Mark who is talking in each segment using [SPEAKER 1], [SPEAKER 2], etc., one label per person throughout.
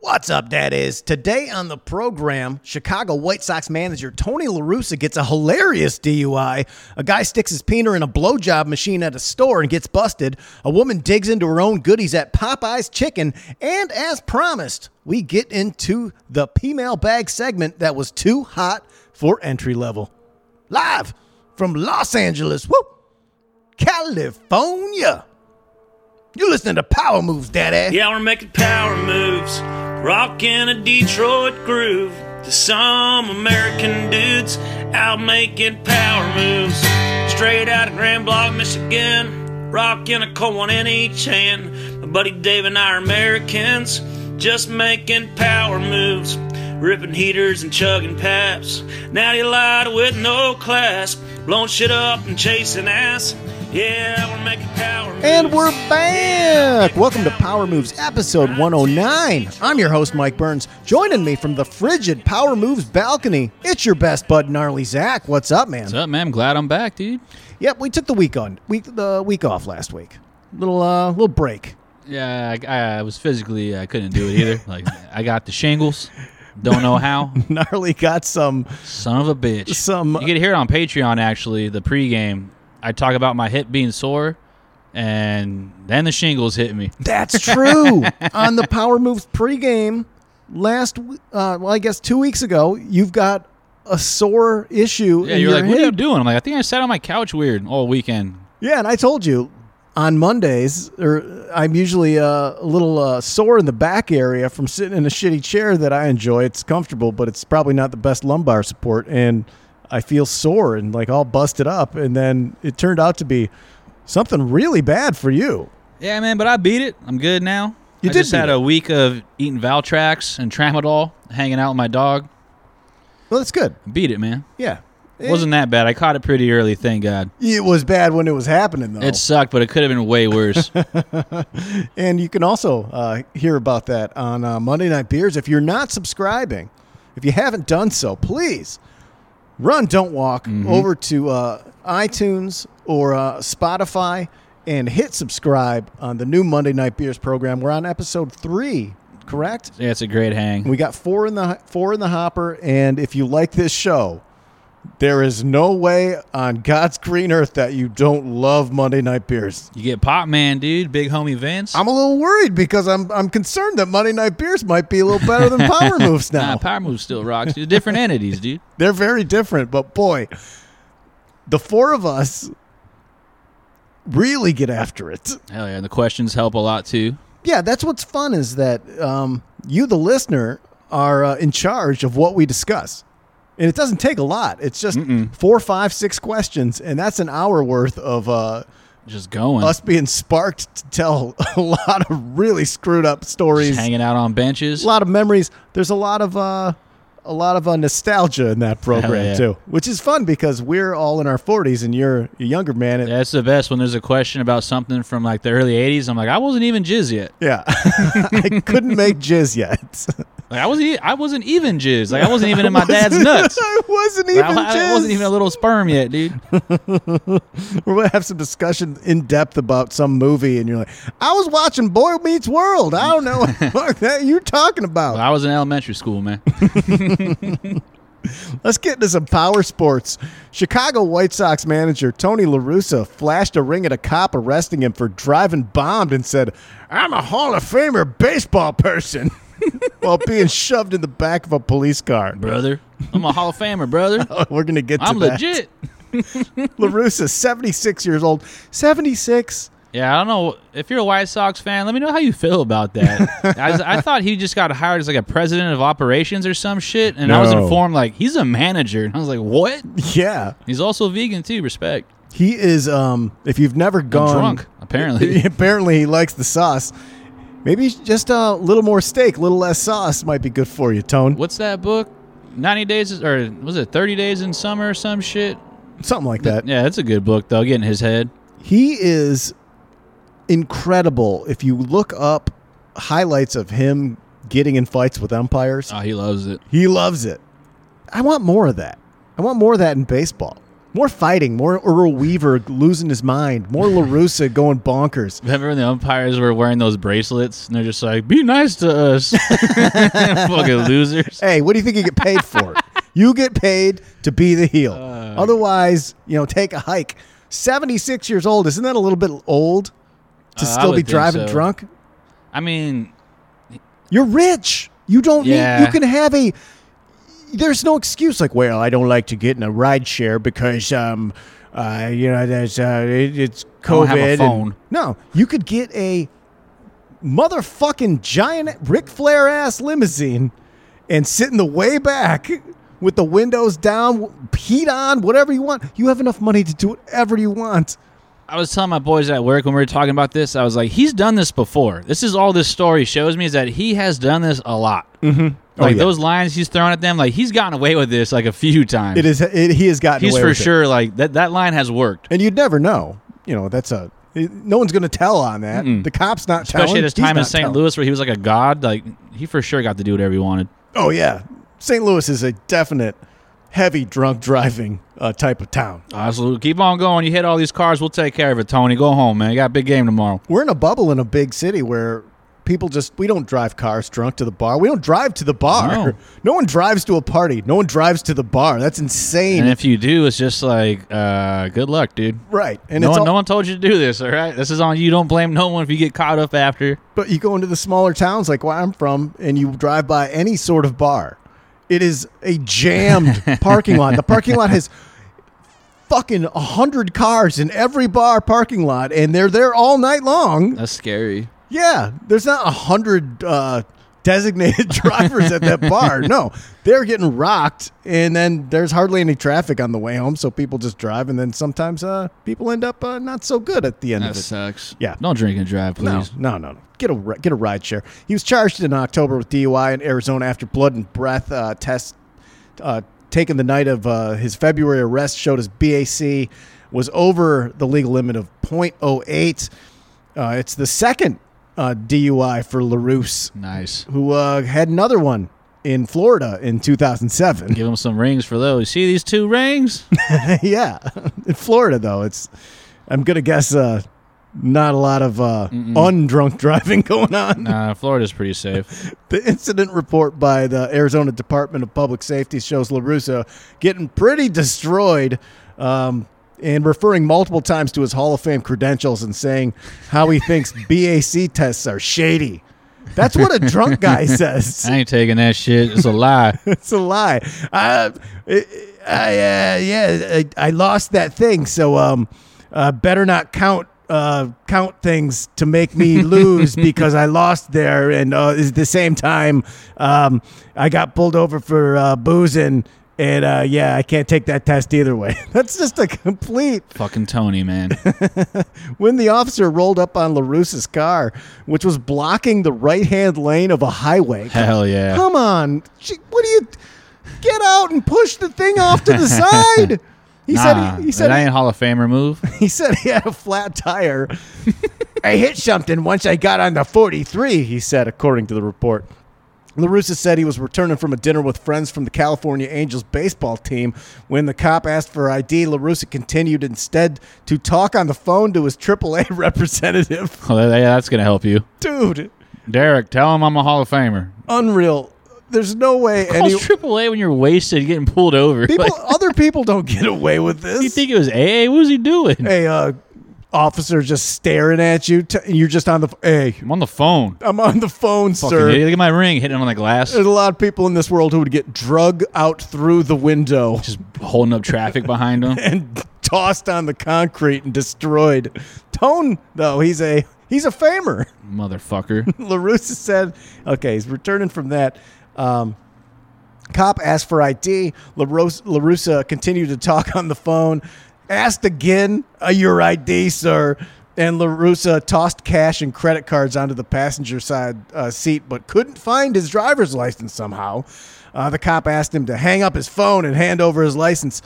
[SPEAKER 1] What's up, daddies? Today on the program, Chicago White Sox manager Tony La Russa gets a hilarious DUI. A guy sticks his peener in a blowjob machine at a store and gets busted. A woman digs into her own goodies at Popeye's Chicken. And as promised, we get into the P-Mail Bag segment that was too hot for entry level. Live from Los Angeles, woo, California. You're listening to Power Moves, Daddy.
[SPEAKER 2] Yeah, we're making power moves, rocking a Detroit groove to some American dudes out making power moves. Straight out of Grand Block, Michigan, rocking a coin in each hand. My buddy Dave and I are Americans, just making power moves, ripping heaters and chugging paps. Now you lied with no class, blowing shit up and chasing ass. Yeah, we're making power moves.
[SPEAKER 1] And we're back! Welcome to Power Moves episode 109. I'm your host, Mike Burns. Joining me from the frigid Power Moves balcony, it's your best bud, Gnarly Zach. What's up, man?
[SPEAKER 3] What's up, man? I'm glad I'm back, dude.
[SPEAKER 1] Yep, we took the week on week the week off last week. Little uh little break.
[SPEAKER 3] Yeah, I, I was physically, I couldn't do it either. like, I got the shingles. Don't know how.
[SPEAKER 1] Gnarly got some
[SPEAKER 3] Son of a bitch.
[SPEAKER 1] Some-
[SPEAKER 3] you can hear it on Patreon. Actually, the pregame, I talk about my hip being sore, and then the shingles hit me.
[SPEAKER 1] That's true. On the Power Moves pregame last w- uh well I guess 2 weeks ago, you've got a sore issue
[SPEAKER 3] Yeah,
[SPEAKER 1] in
[SPEAKER 3] you're
[SPEAKER 1] your
[SPEAKER 3] like, what are you
[SPEAKER 1] hip.
[SPEAKER 3] doing? I'm like, I think I sat on my couch weird all weekend.
[SPEAKER 1] Yeah, and I told you on Mondays, or I'm usually uh, a little uh, sore in the back area from sitting in a shitty chair that I enjoy. It's comfortable, but it's probably not the best lumbar support, and I feel sore and like all busted up. And then it turned out to be something really bad for you.
[SPEAKER 3] Yeah, man, but I beat it. I'm good now.
[SPEAKER 1] You
[SPEAKER 3] I
[SPEAKER 1] did
[SPEAKER 3] just
[SPEAKER 1] beat
[SPEAKER 3] had
[SPEAKER 1] it.
[SPEAKER 3] a week of eating Valtrax and Tramadol, hanging out with my dog.
[SPEAKER 1] Well, that's good.
[SPEAKER 3] Beat it, man.
[SPEAKER 1] Yeah,
[SPEAKER 3] It wasn't that bad. I caught it pretty early, thank God.
[SPEAKER 1] It was bad when it was happening though.
[SPEAKER 3] It sucked, but it could have been way worse.
[SPEAKER 1] And you can also uh, hear about that on uh, Monday Night Beers. If you're not subscribing, if you haven't done so, please run, don't walk over to uh, iTunes or uh, Spotify and hit subscribe on the new Monday Night Beers program. We're on episode three, correct?
[SPEAKER 3] yeah, it's a great hang.
[SPEAKER 1] We got four in the four in the hopper, and if you like this show, there is no way on God's green earth that you don't love Monday Night Beers.
[SPEAKER 3] You get Pop Man, dude, big homie Vince.
[SPEAKER 1] I'm a little worried because I'm I'm concerned that Monday Night Beers might be a little better than Power Moves
[SPEAKER 3] nah,
[SPEAKER 1] now.
[SPEAKER 3] Power Move still rocks. Dude. Different entities, dude.
[SPEAKER 1] They're very different, but boy, the four of us really get after it.
[SPEAKER 3] Hell yeah, and the questions help a lot too.
[SPEAKER 1] Yeah, that's what's fun is that um, you, the listener, are uh, in charge of what we discuss. And it doesn't take a lot. It's just four, five, six questions, and that's an hour worth of uh,
[SPEAKER 3] Just going,
[SPEAKER 1] us being sparked to tell a lot of really screwed up stories.
[SPEAKER 3] just hanging out on benches.
[SPEAKER 1] a lot of memories. There's a lot of uh, a lot of uh, nostalgia in that program
[SPEAKER 3] yeah.
[SPEAKER 1] too, which is fun because we're all in our 40s and you're a younger man. And,
[SPEAKER 3] That's the best when there's a question about something from like the early '80s. I'm like, I wasn't even jizz yet.
[SPEAKER 1] yeah, I couldn't make jizz yet.
[SPEAKER 3] Like I wasn't, e- I wasn't even jizz. Like I wasn't even in my dad's nuts.
[SPEAKER 1] I wasn't even
[SPEAKER 3] Like, I, I
[SPEAKER 1] jizz.
[SPEAKER 3] wasn't even a little sperm yet, dude.
[SPEAKER 1] We're gonna have some discussion in depth about some movie, and you're like, I was watching Boy Meets World. I don't know what the fuck that you're talking about.
[SPEAKER 3] I was in elementary school, man.
[SPEAKER 1] Let's get into some power sports. Chicago White Sox manager Tony La Russa flashed a ring at a cop arresting him for driving bombed and said, I'm a Hall of Famer baseball person while being shoved in the back of a police car.
[SPEAKER 3] brother, I'm a Hall of Famer, brother.
[SPEAKER 1] We're going to get to
[SPEAKER 3] I'm
[SPEAKER 1] that.
[SPEAKER 3] legit.
[SPEAKER 1] La Russa, 76 years old. 76?
[SPEAKER 3] Yeah, I don't know if you're a White Sox fan. Let me know how you feel about that. I, I thought he just got hired as like a president of operations or some shit, and I was
[SPEAKER 1] No.
[SPEAKER 3] informed like he's a manager, and I was like, what?
[SPEAKER 1] Yeah.
[SPEAKER 3] He's also vegan too. Respect.
[SPEAKER 1] He is, um, if you've never
[SPEAKER 3] I'm
[SPEAKER 1] gone.
[SPEAKER 3] drunk apparently.
[SPEAKER 1] apparently he likes the sauce. Maybe just a little more steak, little less sauce might be good for you, Tone.
[SPEAKER 3] What's that book? Ninety days or was it thirty days in summer or some shit?
[SPEAKER 1] Something like that.
[SPEAKER 3] Yeah, that's a good book though. Get in his head.
[SPEAKER 1] He is incredible. If you look up highlights of him getting in fights with umpires,
[SPEAKER 3] Oh, he loves it.
[SPEAKER 1] he loves it. I want more of that. I want more of that in baseball. More fighting, more Earl Weaver losing his mind, more LaRusa going bonkers.
[SPEAKER 3] Remember when the umpires were wearing those bracelets and they're just like, "Be nice to us, fucking losers."
[SPEAKER 1] Hey, what do you think you get paid for? you get paid to be the heel.
[SPEAKER 3] Uh.
[SPEAKER 1] Otherwise, you know, take a hike. 76 years old. Isn't that a little bit old to
[SPEAKER 3] Uh, I
[SPEAKER 1] still
[SPEAKER 3] would
[SPEAKER 1] be
[SPEAKER 3] think
[SPEAKER 1] driving
[SPEAKER 3] so.
[SPEAKER 1] drunk?
[SPEAKER 3] I mean,
[SPEAKER 1] You're rich. You don't need.
[SPEAKER 3] Yeah.
[SPEAKER 1] You can have a. There's no excuse like, well, I don't like to get in a ride share because, um, uh, you know, there's uh, it, it's COVID.
[SPEAKER 3] don't have a
[SPEAKER 1] and-
[SPEAKER 3] phone.
[SPEAKER 1] no, you could get a motherfucking giant Ric Flair ass limousine and sit in the way back with the windows down, heat on, whatever you want. You have enough money to do whatever you want.
[SPEAKER 3] I was telling my boys at work when we were talking about this, I was like, he's done this before. This is all this story shows me is that he has done this a lot. Mm-hmm.
[SPEAKER 1] Oh,
[SPEAKER 3] Like
[SPEAKER 1] yeah.
[SPEAKER 3] those lines he's throwing at them, like he's gotten away with this like a few times.
[SPEAKER 1] It is. It, he has gotten.
[SPEAKER 3] He's
[SPEAKER 1] away
[SPEAKER 3] for
[SPEAKER 1] with it.
[SPEAKER 3] sure like that. That line has worked,
[SPEAKER 1] and you'd never know. You know, that's a eh, no one's going to tell on that. The cops not
[SPEAKER 3] especially
[SPEAKER 1] telling.
[SPEAKER 3] at his
[SPEAKER 1] he's
[SPEAKER 3] time in
[SPEAKER 1] not
[SPEAKER 3] St.
[SPEAKER 1] telling.
[SPEAKER 3] Louis where he was like a god. Like he for sure got to do whatever he wanted.
[SPEAKER 1] Oh yeah, St. Louis is a definite heavy drunk driving uh, type of town.
[SPEAKER 3] Absolutely. Keep on going. You hit all these cars. We'll take care of it, Tony. Go home, man. You got a big game tomorrow.
[SPEAKER 1] We're in a bubble in a big city where people just we don't drive cars drunk to the bar. We don't drive to the bar.
[SPEAKER 3] No.
[SPEAKER 1] No one drives to a party. No one drives to the bar. That's insane.
[SPEAKER 3] And if you do, it's just like, uh, good luck, dude.
[SPEAKER 1] right. And
[SPEAKER 3] No
[SPEAKER 1] it's
[SPEAKER 3] one,
[SPEAKER 1] all,
[SPEAKER 3] no one told you to do this, all right? This is on you. Don't blame no one if you get caught up after.
[SPEAKER 1] But you go into the smaller towns like where I'm from and you drive by any sort of bar. It is a jammed parking lot. The parking lot has fucking 100 cars in every bar parking lot and they're there all night long.
[SPEAKER 4] That's scary.
[SPEAKER 1] Yeah, there's not 100 uh, designated drivers at that bar. No, they're getting rocked and then there's hardly any traffic on the way home. So people just drive and then sometimes uh, people end up uh, not so good at the end
[SPEAKER 4] That
[SPEAKER 1] of it.
[SPEAKER 4] sucks.
[SPEAKER 1] Yeah.
[SPEAKER 3] Don't drink and drive,
[SPEAKER 1] No,
[SPEAKER 3] please.
[SPEAKER 1] no, no, no. Get a ri- get a ride share. He was charged in October with DUI in Arizona after blood and breath uh, test uh, taken the night of uh, his February arrest showed his BAC was over the legal limit of 0.08. Uh, it's the second uh, DUI for Larousse,
[SPEAKER 3] Nice.
[SPEAKER 1] who uh, had another one in Florida in 2007.
[SPEAKER 3] Give him some rings for those. See these two rings?
[SPEAKER 1] yeah, in Florida though, it's I'm gonna guess uh, not a lot of uh, undrunk driving going on.
[SPEAKER 3] nah, Florida's pretty safe.
[SPEAKER 1] The incident report by the Arizona Department of Public Safety shows LaRusso getting pretty destroyed um, and referring multiple times to his Hall of Fame credentials and saying how he thinks BAC tests are shady. That's what a drunk guy says.
[SPEAKER 3] I ain't taking that shit. It's a lie.
[SPEAKER 1] It's a lie. I, I, I, uh, yeah, I, I lost that thing, so um, uh, better not count uh, count things to make me lose because I lost there, and uh, at the same time, um, I got pulled over for uh, boozing, and uh, yeah, I can't take that test either way. That's just a complete
[SPEAKER 3] Fucking Tony, man.
[SPEAKER 1] when the officer rolled up on LaRusse's car, which was blocking the right hand lane of a highway.
[SPEAKER 3] Hell yeah.
[SPEAKER 1] Come on. Gee, What do you get out and push the thing off to the side? He
[SPEAKER 3] nah,
[SPEAKER 1] said he, he said
[SPEAKER 3] that
[SPEAKER 1] he,
[SPEAKER 3] ain't Hall of Famer move.
[SPEAKER 1] he said he had a flat tire. I hit something once I got on the 43, he said according to the report. LaRusa said he was returning from a dinner with friends from the California Angels baseball team. When the cop asked for ID, LaRusa continued instead to talk on the phone to his AAA representative.
[SPEAKER 3] Oh, that- yeah, that's gonna help you,
[SPEAKER 1] dude
[SPEAKER 3] Derek. Tell him I'm a Hall of Famer. Oh,
[SPEAKER 1] unreal there's no way any
[SPEAKER 3] Calls AAA when you're wasted, getting pulled over.
[SPEAKER 1] people
[SPEAKER 3] Like,
[SPEAKER 1] other people don't get away with this
[SPEAKER 3] you think it was AA? What was he doing?
[SPEAKER 1] hey uh officer just staring at you t- and you're just on the f- hey
[SPEAKER 3] I'm on the phone.
[SPEAKER 1] i'm on the phone
[SPEAKER 3] Fucking
[SPEAKER 1] sir
[SPEAKER 3] idiot. Look at my ring hitting him on the glass.
[SPEAKER 1] there's a lot of people in this world who would get drug out through the window
[SPEAKER 3] Just holding up traffic behind him.
[SPEAKER 1] and tossed on the concrete and destroyed tone though he's a he's a famer
[SPEAKER 3] Motherfucker.
[SPEAKER 1] LaRusa said, okay, he's returning from that. Um, cop asked for ID. LaRusa, LaRusa continued to talk on the phone, asked again, uh, your ID, sir. And LaRusa tossed cash and credit cards onto the passenger side uh, seat, but couldn't find his driver's license somehow. Uh, the cop asked him to hang up his phone and hand over his license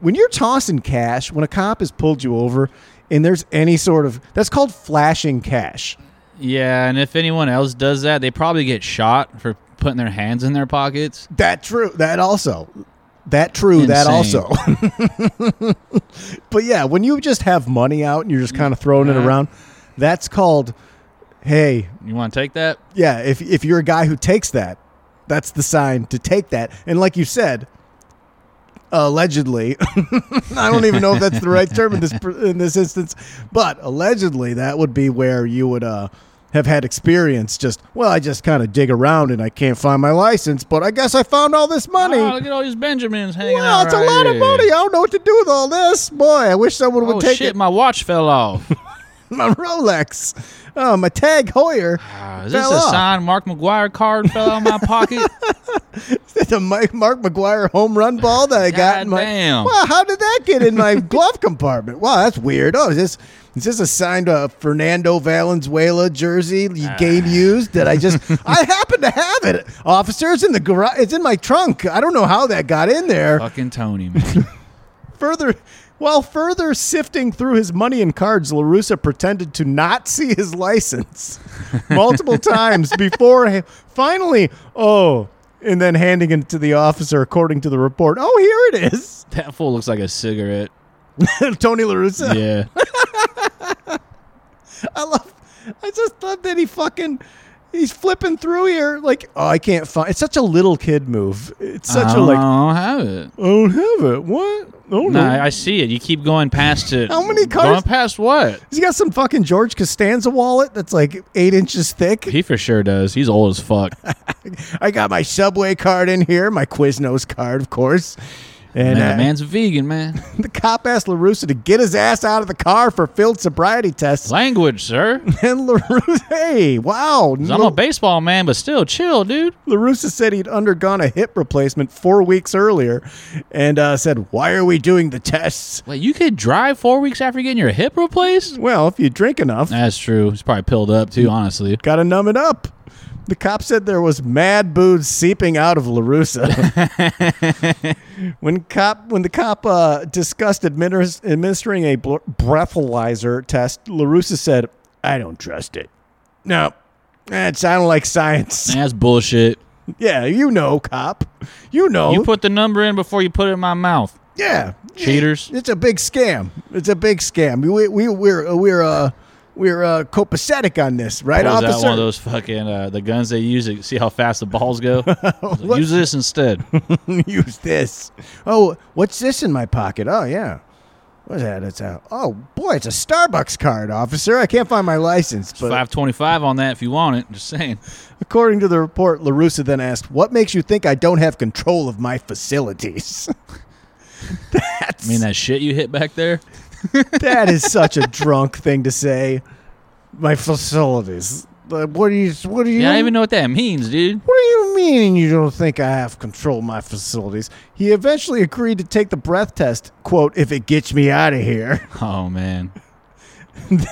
[SPEAKER 1] when you're tossing cash, when a cop has pulled you over and there's any sort of that's called flashing cash.
[SPEAKER 3] Yeah, and if anyone else does that, they probably get shot for putting their hands in their pockets.
[SPEAKER 1] That true. That also. That true, that
[SPEAKER 3] Insane.
[SPEAKER 1] also. but yeah, when you just have money out and you're just kind of throwing it
[SPEAKER 3] Yeah.
[SPEAKER 1] around, that's called hey,
[SPEAKER 3] You want to take that?
[SPEAKER 1] yeah, if if you're a guy who takes that, that's the sign to take that. And like you said, allegedly, I don't even know if that's the right term in this in this instance, but allegedly that would be where you would uh have had experience just well i just kind of dig around and i can't find my license but i guess i found all this money
[SPEAKER 3] Oh, look at all these Benjamins hanging
[SPEAKER 1] Wow,
[SPEAKER 3] out.
[SPEAKER 1] it's
[SPEAKER 3] right
[SPEAKER 1] a lot of
[SPEAKER 3] here.
[SPEAKER 1] money. I don't know what to do with all this. Boy, I wish someone would
[SPEAKER 3] Oh
[SPEAKER 1] take
[SPEAKER 3] shit!
[SPEAKER 1] it.
[SPEAKER 3] My watch fell off.
[SPEAKER 1] My Rolex, oh, my Tag Hoyer,
[SPEAKER 3] Ah, is this
[SPEAKER 1] Fell
[SPEAKER 3] a
[SPEAKER 1] off.
[SPEAKER 3] signed Mark McGuire card fell out of my pocket?
[SPEAKER 1] the Mike Mark McGuire home run ball that I got. In my,
[SPEAKER 3] Goddamn.
[SPEAKER 1] Wow, how did that get in my glove compartment? Wow, that's weird. Oh, is this is this a signed uh, Fernando Valenzuela jersey you game used that I just I happen to have it. Officer, it's in the garage. It's in my trunk. I don't know how that got in there.
[SPEAKER 3] Fucking Tony, man.
[SPEAKER 1] Further, while further sifting through his money and cards, Larusa pretended to not see his license multiple times before ha- finally, oh, and then handing it to the officer according to the report. Oh, here it is,
[SPEAKER 3] that fool looks like a cigarette.
[SPEAKER 1] Tony Larusa.
[SPEAKER 3] Yeah.
[SPEAKER 1] I love. I just thought that he fucking. He's flipping through here like, oh, I can't find. It's such a little kid move. It's such
[SPEAKER 3] I
[SPEAKER 1] a
[SPEAKER 3] don't
[SPEAKER 1] like. I
[SPEAKER 3] know, I don't have it.
[SPEAKER 1] don't have it. What? Oh
[SPEAKER 3] No, Uh-huh. I I see it. You keep going past it.
[SPEAKER 1] How many
[SPEAKER 3] Going
[SPEAKER 1] cars-
[SPEAKER 3] past what?
[SPEAKER 1] He's got some fucking George Costanza wallet that's like eight inches thick.
[SPEAKER 3] He for sure does. He's old as fuck.
[SPEAKER 1] I got my Subway card in here, my Quiznos card, of course. And
[SPEAKER 3] Man,
[SPEAKER 1] uh,
[SPEAKER 3] man's vegan, man.
[SPEAKER 1] the cop asked LaRusa to get his ass out of the car for failed sobriety tests.
[SPEAKER 3] Language, sir.
[SPEAKER 1] And LaRusa, hey, wow.
[SPEAKER 3] I'm a baseball man, but still, chill, dude.
[SPEAKER 1] LaRusa said he'd undergone a hip replacement four weeks earlier and uh, said, Why are we doing the tests?
[SPEAKER 3] Wait, you could drive four weeks after getting your hip replaced?
[SPEAKER 1] Well, if you drink enough,
[SPEAKER 3] That's true. He's probably pilled up too, honestly.
[SPEAKER 1] gotta numb it up. The cop said there was mad booze seeping out of Larusa. when cop, when the cop uh, discussed adminis- administering a bl- breathalyzer test, Larusa said, "I don't trust it. No, it sounded like science.
[SPEAKER 3] Man, that's bullshit.
[SPEAKER 1] yeah, you know, cop. You know,
[SPEAKER 3] You put the number in before you put it in my mouth.
[SPEAKER 1] yeah,
[SPEAKER 3] Cheaters.
[SPEAKER 1] It's a big scam. It's a big scam. We we we're we're uh we're uh copacetic on this, right,
[SPEAKER 3] Pulls out
[SPEAKER 1] officer?
[SPEAKER 3] one of those fucking uh, the guns they use to see how fast the balls go. Use this instead.
[SPEAKER 1] use this. Oh, what's this in my pocket? Oh yeah. What's that? It's a oh boy, it's a Starbucks card, officer. I can't find my license. But
[SPEAKER 3] Five twenty-five on that if you want it. Just saying.
[SPEAKER 1] according to the report, Larusa then asked, "What makes you think I don't have control of my facilities?" That's
[SPEAKER 3] I mean that shit you hit back there.
[SPEAKER 1] that is such a drunk thing to say. My facilities. Like, What do you? What do you?
[SPEAKER 3] Yeah, I don't even know what that means, dude.
[SPEAKER 1] What do you mean you don't think I have control of my facilities? He eventually agreed to take the breath test, quote, if it gets me out of here.
[SPEAKER 3] Oh man,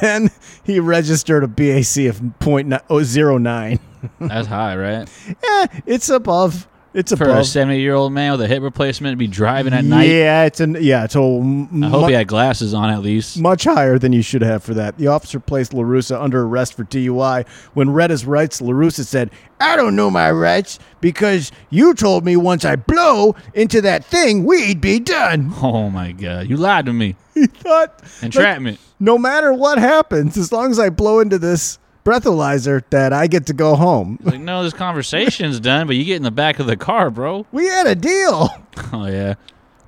[SPEAKER 1] then he registered a BAC of 0.09.
[SPEAKER 3] that's high, right?
[SPEAKER 1] Eh, it's above. It's
[SPEAKER 3] For a
[SPEAKER 1] above.
[SPEAKER 3] seventy-year-old man with a hip replacement to be driving at night.
[SPEAKER 1] Yeah, it's an yeah, it's a m-
[SPEAKER 3] I hope
[SPEAKER 1] mu-
[SPEAKER 3] he had glasses on at least.
[SPEAKER 1] much higher than you should have for that. The officer placed LaRusa under arrest for DUI. When read his rights, LaRusa said, I don't know my rights because you told me once I blow into that thing, we'd be done.
[SPEAKER 3] Oh my god, you lied to me.
[SPEAKER 1] thought
[SPEAKER 3] Entrapment.
[SPEAKER 1] like, no matter what happens, as long as I blow into this breathalyzer, that I get to go home.
[SPEAKER 3] Like, no, this conversation's done, but you get in the back of the car, bro.
[SPEAKER 1] We had a deal.
[SPEAKER 3] Oh yeah.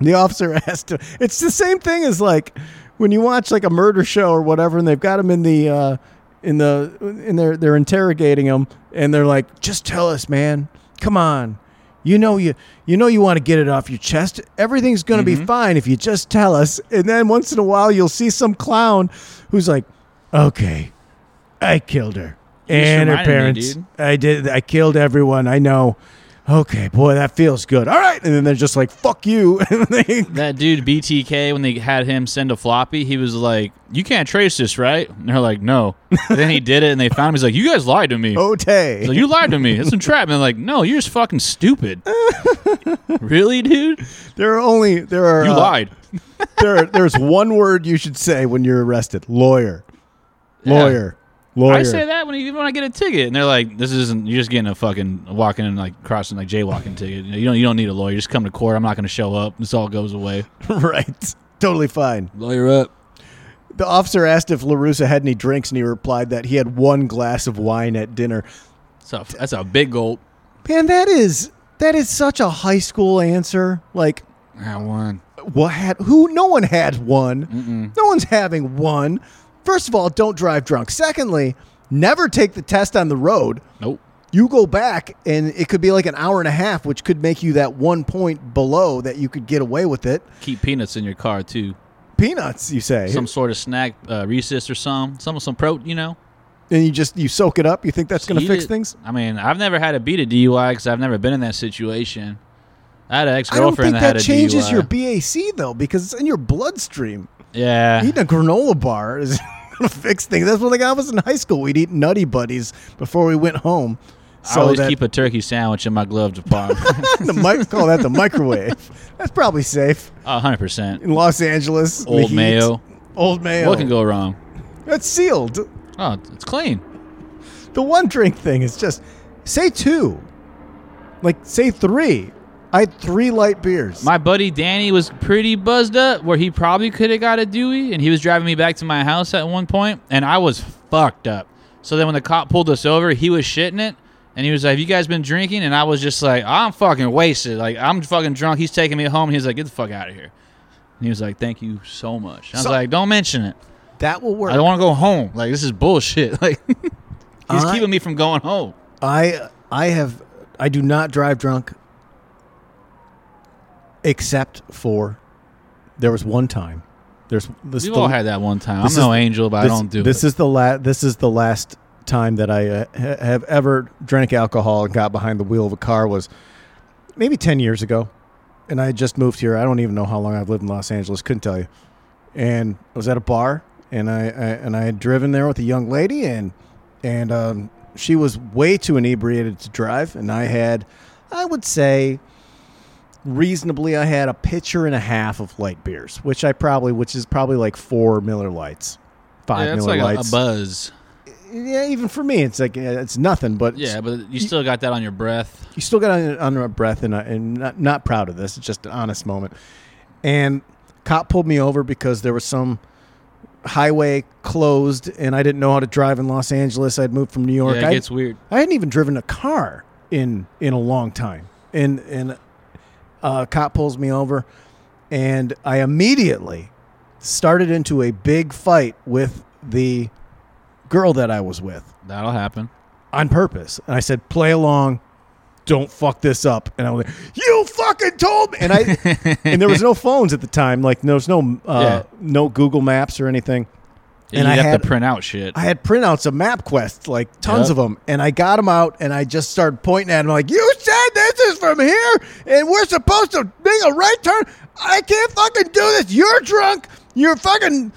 [SPEAKER 1] The officer asked him. It's the same thing as like when you watch like a murder show or whatever, and they've got him in the uh, in the in their they're interrogating him, and they're like, "Just tell us, man. Come on." You know you you know you want to get it off your chest. Everything's going to be
[SPEAKER 3] Mm-hmm.
[SPEAKER 1] fine if you just tell us. And then once in a while you'll see some clown who's like, "Okay, I killed her
[SPEAKER 3] just
[SPEAKER 1] and her
[SPEAKER 3] reminded me,
[SPEAKER 1] parents.
[SPEAKER 3] dude.
[SPEAKER 1] I did. I killed everyone. I know. Okay, boy, that feels good. All right, and then they're just like, "Fuck you," and they
[SPEAKER 3] That dude BTK when they had him send a floppy, he was like, "You can't trace this, right?" And they're like, "No." then he did it, and they found him. He's like, "You guys lied to me.
[SPEAKER 1] Oh.
[SPEAKER 3] So
[SPEAKER 1] okay.
[SPEAKER 3] you lied to me. It's entrapment." They're like, "No, you're just fucking stupid." really, dude?
[SPEAKER 1] There are only there are
[SPEAKER 3] You
[SPEAKER 1] uh,
[SPEAKER 3] lied.
[SPEAKER 1] there there's one word you should say when you're arrested: lawyer,
[SPEAKER 3] Yeah.
[SPEAKER 1] lawyer,
[SPEAKER 3] I
[SPEAKER 4] lawyer.
[SPEAKER 3] say that when even when I get a ticket, and they're like, "This isn't. You're just getting a fucking walking and like crossing like jaywalking ticket. You don't. You don't need a lawyer. Just come to court. I'm not going to show up. This all goes away.
[SPEAKER 1] right. Totally fine.
[SPEAKER 4] Lawyer up.
[SPEAKER 1] The officer asked if LaRusa had any drinks, and he replied that he had one glass of wine at dinner.
[SPEAKER 3] That's a that's a big gulp.
[SPEAKER 1] Man, that is that is such a high school answer. Like,
[SPEAKER 3] I won.
[SPEAKER 1] what had who? No one had one. No one's having one. First of all, don't drive drunk. Secondly, never take the test on the road.
[SPEAKER 3] Nope.
[SPEAKER 1] You go back, and it could be like an hour and a half, which could make you that one point below that you could get away with it.
[SPEAKER 3] Keep peanuts in your car too.
[SPEAKER 1] Peanuts, you say,
[SPEAKER 3] Some sort of snack, uh, Reese's or some some some pro. You know,
[SPEAKER 1] and you just you soak it up. You think that's going to
[SPEAKER 3] Eat
[SPEAKER 1] fix
[SPEAKER 3] it.
[SPEAKER 1] things?
[SPEAKER 3] I mean, I've never had a beat a DUI because I've never been in that situation. I had an ex
[SPEAKER 1] I don't
[SPEAKER 3] girlfriend
[SPEAKER 1] think
[SPEAKER 3] that,
[SPEAKER 1] that
[SPEAKER 3] had a
[SPEAKER 1] changes
[SPEAKER 3] DUI.
[SPEAKER 1] your BAC though, because it's in your bloodstream.
[SPEAKER 3] yeah.
[SPEAKER 1] Eating a granola bar is gonna fix things. That's when like, I was in high school. We'd eat Nutty Buddies before we went home.
[SPEAKER 3] I
[SPEAKER 1] So
[SPEAKER 3] always
[SPEAKER 1] that
[SPEAKER 3] keep a turkey sandwich in my glove compartment.
[SPEAKER 1] the mi- call that the microwave. That's probably safe
[SPEAKER 3] hundred percent.
[SPEAKER 1] in Los Angeles. in the
[SPEAKER 3] Old
[SPEAKER 1] heat.
[SPEAKER 3] mayo.
[SPEAKER 1] Old mayo.
[SPEAKER 3] What can go wrong?
[SPEAKER 1] That's sealed.
[SPEAKER 3] Oh, it's clean.
[SPEAKER 1] The one drink thing is just say two, like say three. I had three light beers.
[SPEAKER 3] My buddy Danny was pretty buzzed up, where he probably could have got a Dewey, and he was driving me back to my house at one point, and I was fucked up. So then when the cop pulled us over, he was shitting it, and he was like, "Have you guys been drinking?" And I was just like, "I'm fucking wasted. Like I'm fucking drunk. He's taking me home. He's like, "Get the fuck out of here." And he was like, "Thank you so much." I was
[SPEAKER 1] So-
[SPEAKER 3] like, "Don't mention it.
[SPEAKER 1] that will work.
[SPEAKER 3] I don't want to go home. Like this is bullshit. Like he's
[SPEAKER 1] I-
[SPEAKER 3] keeping me from going home."
[SPEAKER 1] I I have I do not drive drunk except for there was one time. There's this
[SPEAKER 3] We've
[SPEAKER 1] the-
[SPEAKER 3] all had that one time. I'm
[SPEAKER 1] this
[SPEAKER 3] no
[SPEAKER 1] is-
[SPEAKER 3] angel, but
[SPEAKER 1] this,
[SPEAKER 3] I don't do
[SPEAKER 1] this
[SPEAKER 3] it.
[SPEAKER 1] is the la- this is the last time that I uh, ha- have ever drank alcohol and got behind the wheel of a car was maybe 10 years ago. And I had just moved here. I don't even know how long I've lived in Los Angeles, couldn't tell you. And I was at a bar and I, I and I had driven there with a young lady and and um, she was way too inebriated to drive and I had I would say reasonably I had a pitcher and a half of light beers, which I probably which is probably like four Miller Lights,
[SPEAKER 3] yeah,
[SPEAKER 1] five
[SPEAKER 3] that's
[SPEAKER 1] Miller
[SPEAKER 3] like a, a
[SPEAKER 1] Lights.
[SPEAKER 3] buzz.
[SPEAKER 1] yeah, even for me, it's like yeah, it's nothing. But
[SPEAKER 3] Yeah, but you still got that on your breath.
[SPEAKER 1] you still got on, on a breath and, I- and not, not proud of this. It's just an honest moment. And cop pulled me over because there was some highway closed and I didn't know how to drive in Los Angeles. I'd moved from New York.
[SPEAKER 3] Yeah, it
[SPEAKER 1] I-
[SPEAKER 3] gets weird.
[SPEAKER 1] I hadn't even driven a car in in a long time. And and a cop pulls me over, and I immediately started into a big fight with the girl that I was with
[SPEAKER 3] That'll happen.
[SPEAKER 1] on purpose. And I said, "Play along, don't fuck this up." And I was like, "You fucking told me." And I and there was no phones at the time. Like there was no uh,
[SPEAKER 3] Yeah.
[SPEAKER 1] no Google Maps or anything.
[SPEAKER 3] And,
[SPEAKER 1] And
[SPEAKER 3] you
[SPEAKER 1] I
[SPEAKER 3] have
[SPEAKER 1] had-
[SPEAKER 3] to print out shit.
[SPEAKER 1] I had printouts of MapQuest, like tons
[SPEAKER 3] Yep.
[SPEAKER 1] of 'em. of them, and I got them out, and I just started pointing at them, like, "You said this is from here, and we're supposed to make a right turn. I can't fucking do this. You're drunk. You're fucking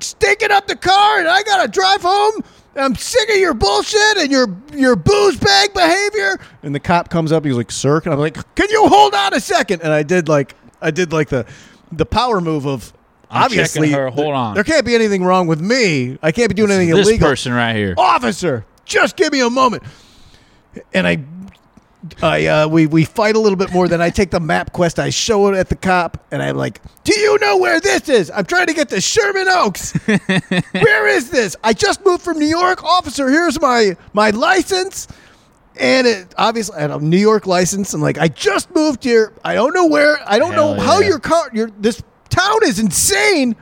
[SPEAKER 1] stinking up the car, and I gotta drive home. I'm sick of your bullshit and your your booze bag behavior." And the cop comes up, he's like, "Sir," and I'm like, "Can you hold on a second? And I did like, I did like the the power move of.
[SPEAKER 3] I'm
[SPEAKER 1] Obviously,
[SPEAKER 3] checking her. Hold on.
[SPEAKER 1] there can't be anything wrong with me. I can't be doing anything
[SPEAKER 3] this
[SPEAKER 1] illegal. Oh,
[SPEAKER 3] person right here.
[SPEAKER 1] Officer, just give me a moment. And I, I, uh, we we fight a little bit more. Then I take the map quest. I show it at the cop, and I'm like, "Do you know where this is? I'm trying to get to Sherman Oaks. where is this? I just moved from New York, officer. Here's my my license." And it obviously, I had a New York license. I'm like, I just moved here. I don't know where. I don't
[SPEAKER 3] Hell
[SPEAKER 1] know how
[SPEAKER 3] yeah.
[SPEAKER 1] your car. Your this town is insane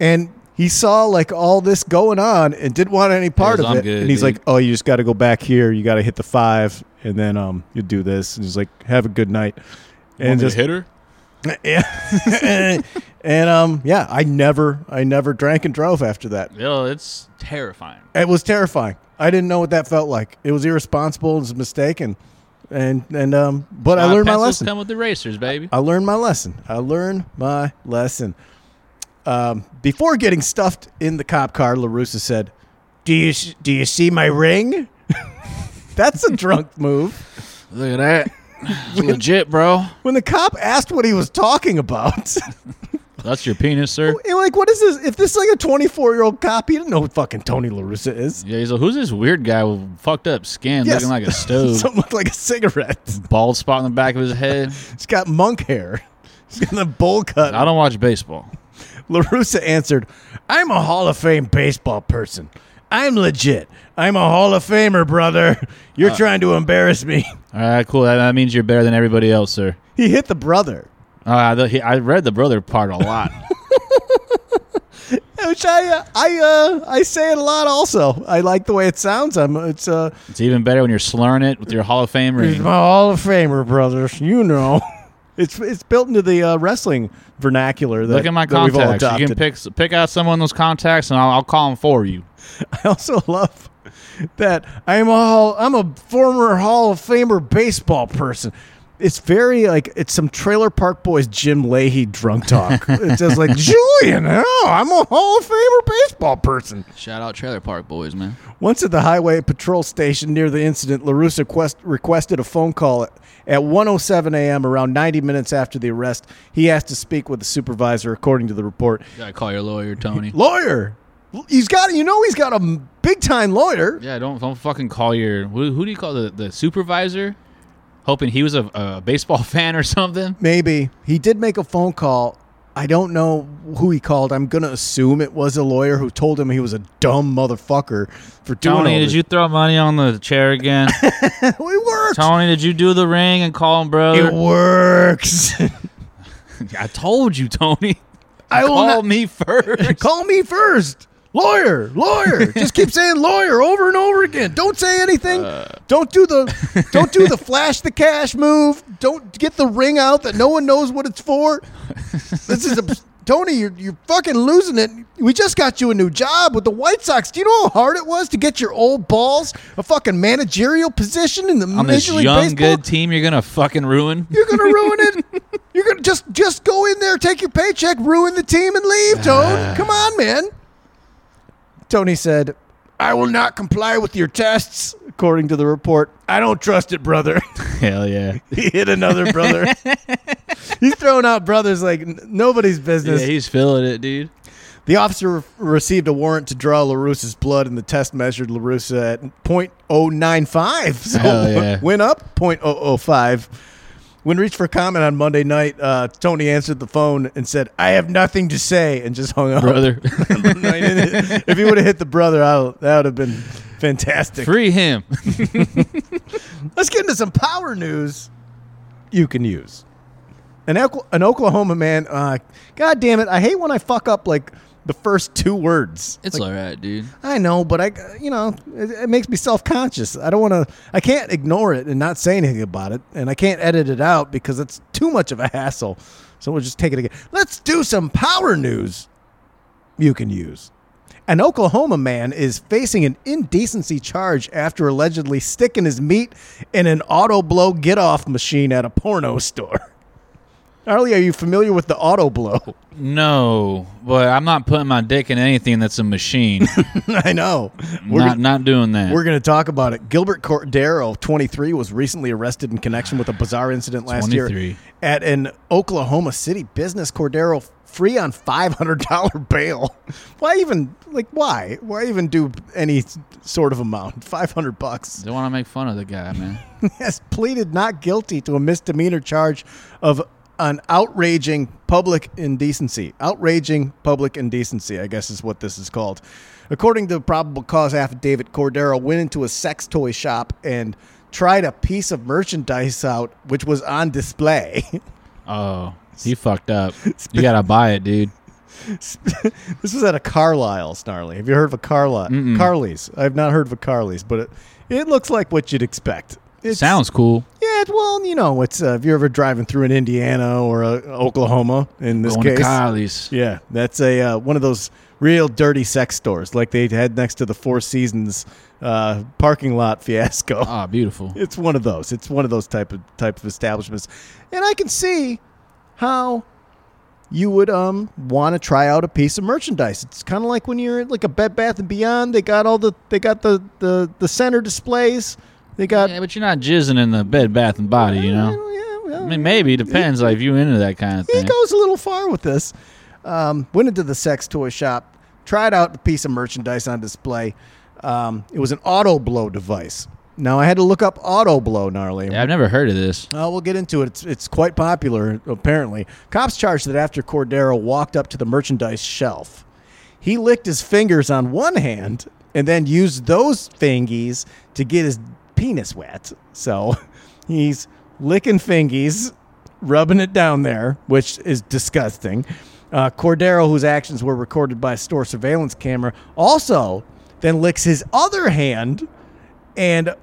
[SPEAKER 1] and he saw like all this going on and didn't want any part
[SPEAKER 3] He goes,
[SPEAKER 1] of
[SPEAKER 3] "I'm
[SPEAKER 1] it.
[SPEAKER 3] good,
[SPEAKER 1] and he's
[SPEAKER 3] dude."
[SPEAKER 1] like, "Oh, you just got to go back here. You got to hit the five, and then um, you do this." And he's like, "Have a good night." And just
[SPEAKER 3] her.
[SPEAKER 1] yeah, and um, yeah, I never, I never drank and drove after that.
[SPEAKER 3] Yo, it's terrifying.
[SPEAKER 1] It was terrifying. I didn't know what that felt like. It was irresponsible. It was a mistake, and and and um, but I
[SPEAKER 3] Uh,
[SPEAKER 1] learned my
[SPEAKER 3] pencils
[SPEAKER 1] lesson. Uh,
[SPEAKER 3] Come with the racers, baby.
[SPEAKER 1] I learned my lesson. I learned my lesson. Um, before getting stuffed in the cop car, Larusa said, "Do you do you see my ring?" That's a drunk move.
[SPEAKER 3] Look at that. It's legit, bro.
[SPEAKER 1] When the cop asked what he was talking about,
[SPEAKER 3] That's your penis, sir.
[SPEAKER 1] And like, what is this? If this is like a 24 year old cop, he didn't know who fucking Tony LaRussa is.
[SPEAKER 3] Yeah, he's like, who's this weird guy with fucked up skin,
[SPEAKER 1] Yes.
[SPEAKER 3] looking like a stove,
[SPEAKER 1] Something looked like a cigarette.
[SPEAKER 3] bald spot on the back of his head?
[SPEAKER 1] He's got monk hair. He's got the bowl cut.
[SPEAKER 3] I don't watch baseball.
[SPEAKER 1] LaRussa answered, I'm a Hall of Fame baseball person. I'm legit. I'm a Hall of Famer, brother. You're trying to embarrass me.
[SPEAKER 3] All right, cool. That, that means you're better than everybody else, sir.
[SPEAKER 1] He hit the brother,
[SPEAKER 3] Uh, the, he, I read the brother part a lot.
[SPEAKER 1] which I uh, I uh, I say it a lot. Also, I like the way it sounds. I'm it's uh,
[SPEAKER 3] it's even better when you're slurring it with your Hall of Fame
[SPEAKER 1] he's
[SPEAKER 3] ring.
[SPEAKER 1] my Hall of Famer, brother. You know, it's it's built into the uh, wrestling vernacular. That,
[SPEAKER 3] Look at my
[SPEAKER 1] that we've all
[SPEAKER 3] contacts. You can
[SPEAKER 1] adopted.
[SPEAKER 3] pick pick out someone in those contacts, and I'll, I'll call them for you.
[SPEAKER 1] I also love that I'm a hall, I'm a former Hall of Famer baseball person. It's very like it's some Trailer Park Boys Jim Leahy drunk talk. it's just like Julian. Oh, I'm a Hall of Famer baseball person.
[SPEAKER 3] Shout out Trailer Park Boys, man.
[SPEAKER 1] Once at the highway patrol station near the incident, Larusa quest- requested a phone call at, at 1:07 a.m. Around 90 minutes after the arrest, he asked to speak with the supervisor. According to the report,
[SPEAKER 3] Gotta call your lawyer, Tony.
[SPEAKER 1] lawyer. He's got you know he's got a big time lawyer.
[SPEAKER 3] yeah, don't don't fucking call your who, who do you call the the supervisor? Hoping he was a, a baseball fan or something.
[SPEAKER 1] Maybe. He did make a phone call. I don't know who he called. I'm going to assume it was a lawyer who told him he was a dumb motherfucker for doing
[SPEAKER 3] Tony,
[SPEAKER 1] all
[SPEAKER 3] did
[SPEAKER 1] this.
[SPEAKER 3] you throw money on the chair again?
[SPEAKER 1] It works.
[SPEAKER 3] Tony, did you do the ring and call him
[SPEAKER 1] It
[SPEAKER 3] brother?
[SPEAKER 1] works.
[SPEAKER 3] I told you, Tony.
[SPEAKER 1] I will
[SPEAKER 3] call
[SPEAKER 1] not-
[SPEAKER 3] me first.
[SPEAKER 1] Call me first. Lawyer, lawyer. Just keep saying lawyer over and over again. Don't say anything. don't do the don't do the flash the cash move. Don't get the ring out that no one knows what it's for. This is a Tony, you're, you're fucking losing it. We just got you a new job with the White Sox. Do you know how hard it was to get your old balls a fucking managerial position in the
[SPEAKER 3] on this
[SPEAKER 1] Major League
[SPEAKER 3] young
[SPEAKER 1] Baseball?
[SPEAKER 3] good team, you're gonna fucking ruin.
[SPEAKER 1] You're gonna ruin it. You're gonna just just go in there, take your paycheck, ruin the team, and leave, Toad. Come on, man. Tony said, "I will not comply with your tests." According to the report, I don't trust it, brother.
[SPEAKER 3] Hell yeah.
[SPEAKER 1] he hit another brother. He's throwing out brothers like n- nobody's
[SPEAKER 3] Yeah,
[SPEAKER 1] business.
[SPEAKER 3] he's feeling it, dude.
[SPEAKER 1] the officer re- received a warrant to draw LaRusse's blood, and the test measured LaRusse at .095. So
[SPEAKER 3] Hell yeah.
[SPEAKER 1] went up .005. When reached for comment on Monday night, uh, Tony answered the phone and said, "I have nothing to say," and just hung up.
[SPEAKER 3] Brother.
[SPEAKER 1] if he would have hit the brother, I, that would have been fantastic.
[SPEAKER 3] Free him.
[SPEAKER 1] Let's get into some power news you can use. An, Oka- an Oklahoma man, uh, God damn it, I hate when I fuck up like the first two words.
[SPEAKER 3] It's all right, dude.
[SPEAKER 1] I know, but I, you know, it, it makes me self conscious. I don't want to, I can't ignore it and not say anything about it. And I can't edit it out because it's too much of a hassle. So we'll just take it again. Let's do some power news you can use. An Oklahoma man is facing an indecency charge after allegedly sticking his meat in an auto blow get off machine at a porno store. Arlie, are you familiar with the auto blow?
[SPEAKER 3] No, but I'm not putting my dick in anything that's a machine.
[SPEAKER 1] I know. We're
[SPEAKER 3] not not doing that.
[SPEAKER 1] We're going to talk about it. Gilbert Cordero, 23, was recently arrested in connection with a bizarre incident last
[SPEAKER 3] 23.
[SPEAKER 1] year at an Oklahoma City business. Cordero free on $500 bail. Why even like why? Why even do any sort of amount? 500 bucks.
[SPEAKER 3] Don't want to make fun of the guy, man.
[SPEAKER 1] Has pleaded not guilty to a misdemeanor charge of an outraging public indecency. Outraging public indecency, I guess is what this is called. According to the probable cause affidavit, Cordero went into a sex toy shop and tried a piece of merchandise out which was on display.
[SPEAKER 3] Oh, he fucked up. You gotta buy it, dude.
[SPEAKER 1] this was at a Carlisle, Snarly. Have you heard of a Carlisle? Carly's. I've not heard of a Carly's, but it, it looks like what you'd expect. It
[SPEAKER 3] Sounds cool.
[SPEAKER 1] Yeah, it- well, you know, it's uh, if you're ever driving through an Indiana or uh, Oklahoma in this
[SPEAKER 3] Going
[SPEAKER 1] case.
[SPEAKER 3] to Kylie's.
[SPEAKER 1] Yeah, that's a uh, one of those real dirty sex stores like they had next to the Four Seasons uh, parking lot fiasco.
[SPEAKER 3] Ah, beautiful.
[SPEAKER 1] It's one of those. It's one of those type of type of establishments, and I can see how you would um want to try out a piece of merchandise. It's kind of like when you're at like a Bed Bath and Beyond. They got all the they got the the the center displays. They got
[SPEAKER 3] Yeah, but you're not jizzing in the Bed Bath and Body, you know.
[SPEAKER 1] Yeah, well,
[SPEAKER 3] I mean, maybe depends. Like if you into that kind of
[SPEAKER 1] he
[SPEAKER 3] thing.
[SPEAKER 1] goes a little far with this. Um, went into the sex toy shop, tried out the piece of merchandise on display. Um, it was an auto blow device. Now I had to look up auto blow, gnarly.
[SPEAKER 3] Yeah, I've never heard of this.
[SPEAKER 1] Uh, we'll get into it. It's, it's quite popular, apparently. Cops charged that after Cordero walked up to the merchandise shelf, he licked his fingers on one hand and then used those fingies to get his penis wet. So he's licking fingies, rubbing it down there, which is disgusting. Uh, Cordero, whose actions were recorded by a store surveillance camera, also then licks his other hand and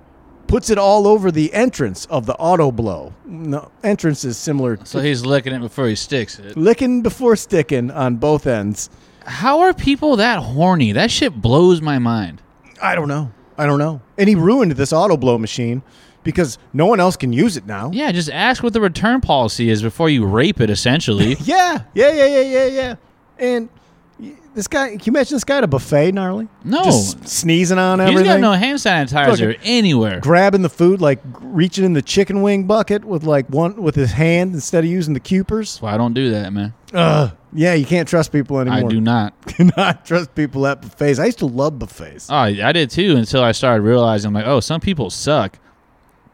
[SPEAKER 1] puts it all over the entrance of the auto blow. No, entrance is similar
[SPEAKER 3] So
[SPEAKER 1] to
[SPEAKER 3] he's licking it before he sticks it.
[SPEAKER 1] licking before sticking on both ends.
[SPEAKER 3] How are people that horny? That shit blows my mind.
[SPEAKER 1] I don't know. I don't know. And he ruined this auto blow machine because no one else can use it now.
[SPEAKER 3] Yeah, just ask what the return policy is before you rape it, essentially.
[SPEAKER 1] Yeah, yeah, yeah, yeah, yeah, yeah. And y- this guy, can you imagine this guy at a buffet, gnarly?
[SPEAKER 3] No.
[SPEAKER 1] Just sneezing on
[SPEAKER 3] he's
[SPEAKER 1] everything.
[SPEAKER 3] got no hand sanitizer
[SPEAKER 1] Fucking-
[SPEAKER 3] anywhere.
[SPEAKER 1] grabbing the food, like g- reaching in the chicken wing bucket with like one with his hand instead of using the cupers.
[SPEAKER 3] That's why I don't do that, man.
[SPEAKER 1] Ugh. Yeah, you can't trust people
[SPEAKER 3] I
[SPEAKER 1] anymore.
[SPEAKER 3] do not.
[SPEAKER 1] cannot trust people at buffets. I used to love buffets.
[SPEAKER 3] Oh, I did too until I started realizing, like, oh, some people suck.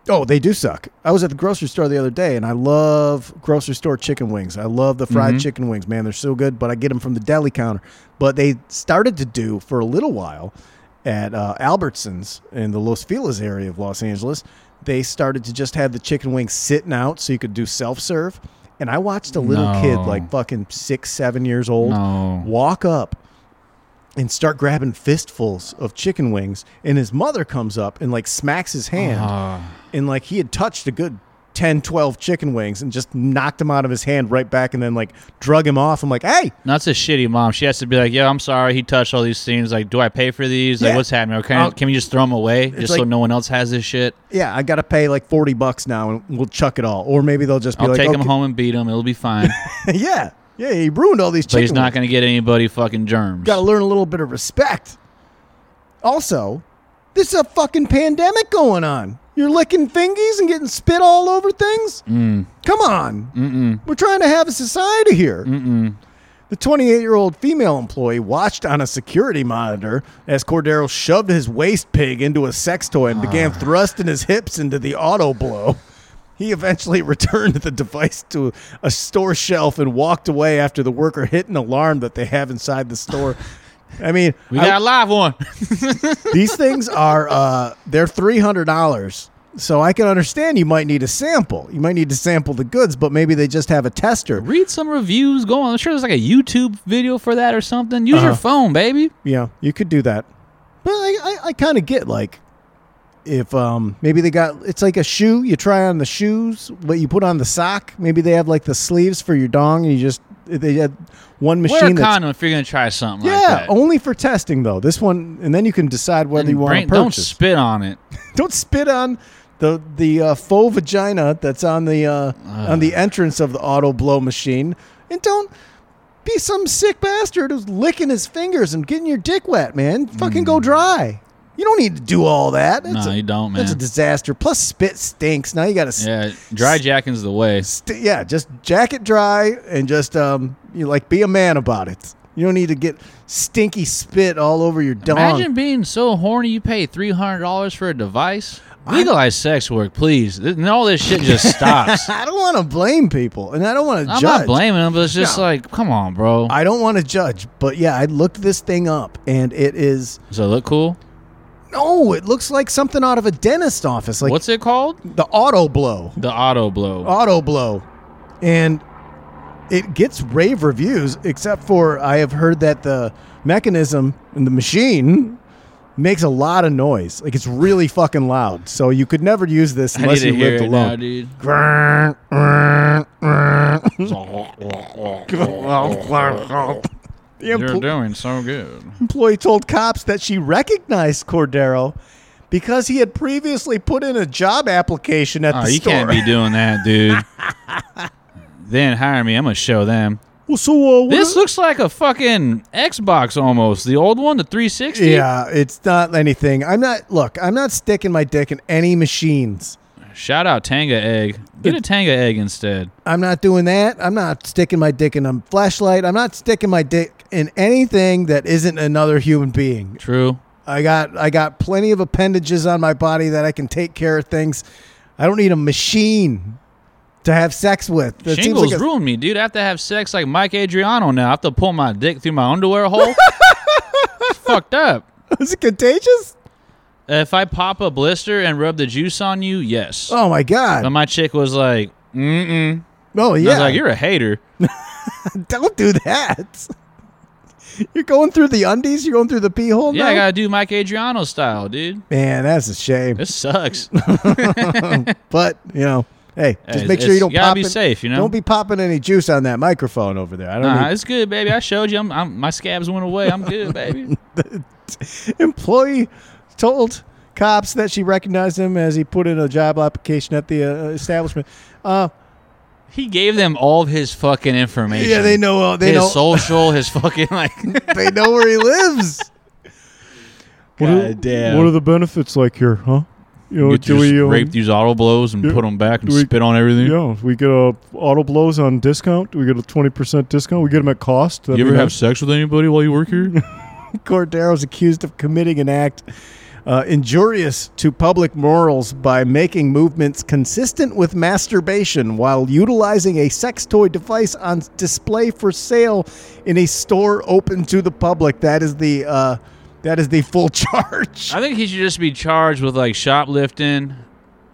[SPEAKER 1] Oh, they do suck. I was at the grocery store the other day, and I love grocery store chicken wings. I love the
[SPEAKER 3] Mm-hmm.
[SPEAKER 1] fried chicken wings, man. They're so good, but I get them from the deli counter. But they started to do for a little while at uh, Albertsons in the Los Feliz area of Los Angeles. They started to just have the chicken wings sitting out so you could do self serve. And I watched a little
[SPEAKER 3] No.
[SPEAKER 1] kid, like fucking six, seven years old,
[SPEAKER 3] No.
[SPEAKER 1] walk up and start grabbing fistfuls of chicken wings. And his mother comes up and like smacks his hand.
[SPEAKER 3] Oh.
[SPEAKER 1] And like he had touched a good 10, 12 chicken wings and just knocked him out of his hand right back and then like drug him off. I'm like, hey,
[SPEAKER 3] That's a shitty mom. She has to be like, yo, I'm sorry. He touched all these things. Like, do I pay for these? Like,
[SPEAKER 1] Yeah.
[SPEAKER 3] what's happening? Or Can,
[SPEAKER 1] I'll-
[SPEAKER 3] can we just throw them away just so
[SPEAKER 1] like-
[SPEAKER 3] no one else has this shit?
[SPEAKER 1] yeah, I got to pay like 40 bucks now and we'll chuck it all. Or maybe they'll just be
[SPEAKER 3] I'll
[SPEAKER 1] like,
[SPEAKER 3] take him
[SPEAKER 1] "Okay."
[SPEAKER 3] home and beat him. It'll be fine.
[SPEAKER 1] yeah. Yeah. He ruined all these
[SPEAKER 3] but
[SPEAKER 1] chicken
[SPEAKER 3] he's not
[SPEAKER 1] wings.
[SPEAKER 3] going to get anybody fucking germs.
[SPEAKER 1] Got to learn a little bit of respect. Also, this is a fucking pandemic going on. You're licking fingies and getting spit all over things?
[SPEAKER 3] Mm.
[SPEAKER 1] Come on. We're trying to have a society here. The 28 year old female employee watched on a security monitor as Cordero shoved his waist pig into a sex toy and began thrusting his hips into the auto blow. He eventually returned the device to a store shelf and walked away after the worker hit an alarm that they have inside the store. I mean,
[SPEAKER 3] we
[SPEAKER 1] I-
[SPEAKER 3] got a live one.
[SPEAKER 1] these things are uh, they're three hundred dollars. So I can understand you might need a sample. You might need to sample the goods, but maybe they just have a tester.
[SPEAKER 3] Read some reviews. Go on. I'm sure there's like a YouTube video for that or something. Use
[SPEAKER 1] Uh-huh.
[SPEAKER 3] your phone, baby.
[SPEAKER 1] Yeah, you could do that. But I, I, I kind of get like if um maybe they got it's like a shoe you try on the shoes what you put on the sock maybe they have like the sleeves for your dong and you just eh, they had one
[SPEAKER 3] Wear a
[SPEAKER 1] machine that's
[SPEAKER 3] condom if you're going to try something like
[SPEAKER 1] yeah
[SPEAKER 3] that.
[SPEAKER 1] only for testing though this one and then you can decide whether
[SPEAKER 3] And
[SPEAKER 1] you want to
[SPEAKER 3] brain- don't
[SPEAKER 1] purchase
[SPEAKER 3] spit on it.
[SPEAKER 1] Don't spit on the the uh, faux vagina that's on the uh, on
[SPEAKER 3] Ah.
[SPEAKER 1] the entrance of the auto blow machine, and don't be some sick bastard who's licking his fingers and getting your dick wet, man. Fucking go dry. You don't need to do all that. That's
[SPEAKER 3] Hmm. No,
[SPEAKER 1] a,
[SPEAKER 3] you don't,
[SPEAKER 1] That's a
[SPEAKER 3] man.
[SPEAKER 1] disaster. Plus, spit stinks. Now you got to
[SPEAKER 3] Yeah, dry jacking's the way.
[SPEAKER 1] st- yeah, just jack it dry and just um, you like be a man about it. You don't need to get stinky spit all over your dong.
[SPEAKER 3] Imagine being so horny you pay three hundred dollars for a device. Legalize sex work, please. Th- And all this shit just stops.
[SPEAKER 1] I don't want to blame people, and I don't want to
[SPEAKER 3] I'm
[SPEAKER 1] judge.
[SPEAKER 3] not blaming them, but it's just
[SPEAKER 1] No.
[SPEAKER 3] like, come on, bro.
[SPEAKER 1] I don't want to judge, but yeah, I looked this thing up and it is
[SPEAKER 3] Does it look cool?
[SPEAKER 1] no, it looks like something out of a dentist office, like Oh,
[SPEAKER 3] What's it called?
[SPEAKER 1] the auto blow,
[SPEAKER 3] The auto blow.
[SPEAKER 1] auto blow, and it gets rave reviews. Except for I have heard that the mechanism and the machine makes a lot of noise, like it's really fucking loud. So you could never use this
[SPEAKER 3] I need
[SPEAKER 1] unless
[SPEAKER 3] to
[SPEAKER 1] you
[SPEAKER 3] hear
[SPEAKER 1] lived
[SPEAKER 3] it now,
[SPEAKER 1] alone.
[SPEAKER 3] dude.
[SPEAKER 1] The
[SPEAKER 3] You're
[SPEAKER 1] empl-
[SPEAKER 3] doing so good.
[SPEAKER 1] employee told cops that she recognized Cordero because he had previously put in a job application at
[SPEAKER 3] Oh,
[SPEAKER 1] the
[SPEAKER 3] you
[SPEAKER 1] store.
[SPEAKER 3] can't be doing that, dude. then hire me. I'm gonna show them.
[SPEAKER 1] well, so uh, what
[SPEAKER 3] This
[SPEAKER 1] do-
[SPEAKER 3] looks like a fucking Xbox almost. The old one, the 360.
[SPEAKER 1] yeah, it's not anything. I'm not. Look, I'm not sticking my dick in any machines.
[SPEAKER 3] Shout out Tanga Egg. Get a Tanga Egg instead.
[SPEAKER 1] I'm not doing that. I'm not sticking my dick in a flashlight. I'm not sticking my dick in anything that isn't another human being.
[SPEAKER 3] True.
[SPEAKER 1] I got I got plenty of appendages on my body that I can take care of things. I don't need a machine to have sex with. That seems
[SPEAKER 3] Shingles
[SPEAKER 1] like a-
[SPEAKER 3] ruined me, dude. I have to have sex like Mike Adriano now. I have to pull my dick through my underwear hole. It's fucked up.
[SPEAKER 1] Is it contagious?
[SPEAKER 3] If I pop a blister and rub the juice on you, yes.
[SPEAKER 1] Oh my
[SPEAKER 3] But
[SPEAKER 1] god!
[SPEAKER 3] my chick was like, mm-mm.
[SPEAKER 1] Oh
[SPEAKER 3] I
[SPEAKER 1] yeah,
[SPEAKER 3] was like, you're a hater.
[SPEAKER 1] don't do that. You're going through the undies. You're going through the pee hole.
[SPEAKER 3] Yeah,
[SPEAKER 1] now?
[SPEAKER 3] I gotta do Mike Adriano style, dude.
[SPEAKER 1] man, that's a shame.
[SPEAKER 3] This sucks.
[SPEAKER 1] But you know, hey, just
[SPEAKER 3] Hey,
[SPEAKER 1] make sure
[SPEAKER 3] it's-
[SPEAKER 1] you don't
[SPEAKER 3] you gotta
[SPEAKER 1] pop
[SPEAKER 3] be
[SPEAKER 1] it-
[SPEAKER 3] safe, you know?
[SPEAKER 1] Don't be popping any juice on that microphone over there. I don't.
[SPEAKER 3] nah,
[SPEAKER 1] need-
[SPEAKER 3] it's good, baby. I showed you. I'm, I'm, my scabs went away. I'm good, baby.
[SPEAKER 1] employee told cops that she recognized him as he put in a job application at the uh, establishment. Uh,
[SPEAKER 3] He gave them all of his fucking information.
[SPEAKER 1] yeah, they know. Uh, they
[SPEAKER 3] his
[SPEAKER 1] know.
[SPEAKER 3] social, his fucking like.
[SPEAKER 1] they know where he lives.
[SPEAKER 3] God damn.
[SPEAKER 4] What are the benefits like here, huh? You know,
[SPEAKER 3] You
[SPEAKER 4] do
[SPEAKER 3] just
[SPEAKER 4] we um,
[SPEAKER 3] rape these auto blows and
[SPEAKER 4] yeah,
[SPEAKER 3] put them back and
[SPEAKER 4] do we-
[SPEAKER 3] spit on everything.
[SPEAKER 4] Yeah, we get a auto blows on discount. Do we get a twenty percent discount? We get them at cost. That'd
[SPEAKER 3] You
[SPEAKER 4] be
[SPEAKER 3] ever have
[SPEAKER 4] nice.
[SPEAKER 3] sex with anybody while you work here?
[SPEAKER 1] Cordero's accused of committing an act uh, injurious to public morals by making movements consistent with masturbation while utilizing a sex toy device on display for sale in a store open to the public. That is the uh, that is the full charge.
[SPEAKER 3] I think he should just be charged with like shoplifting,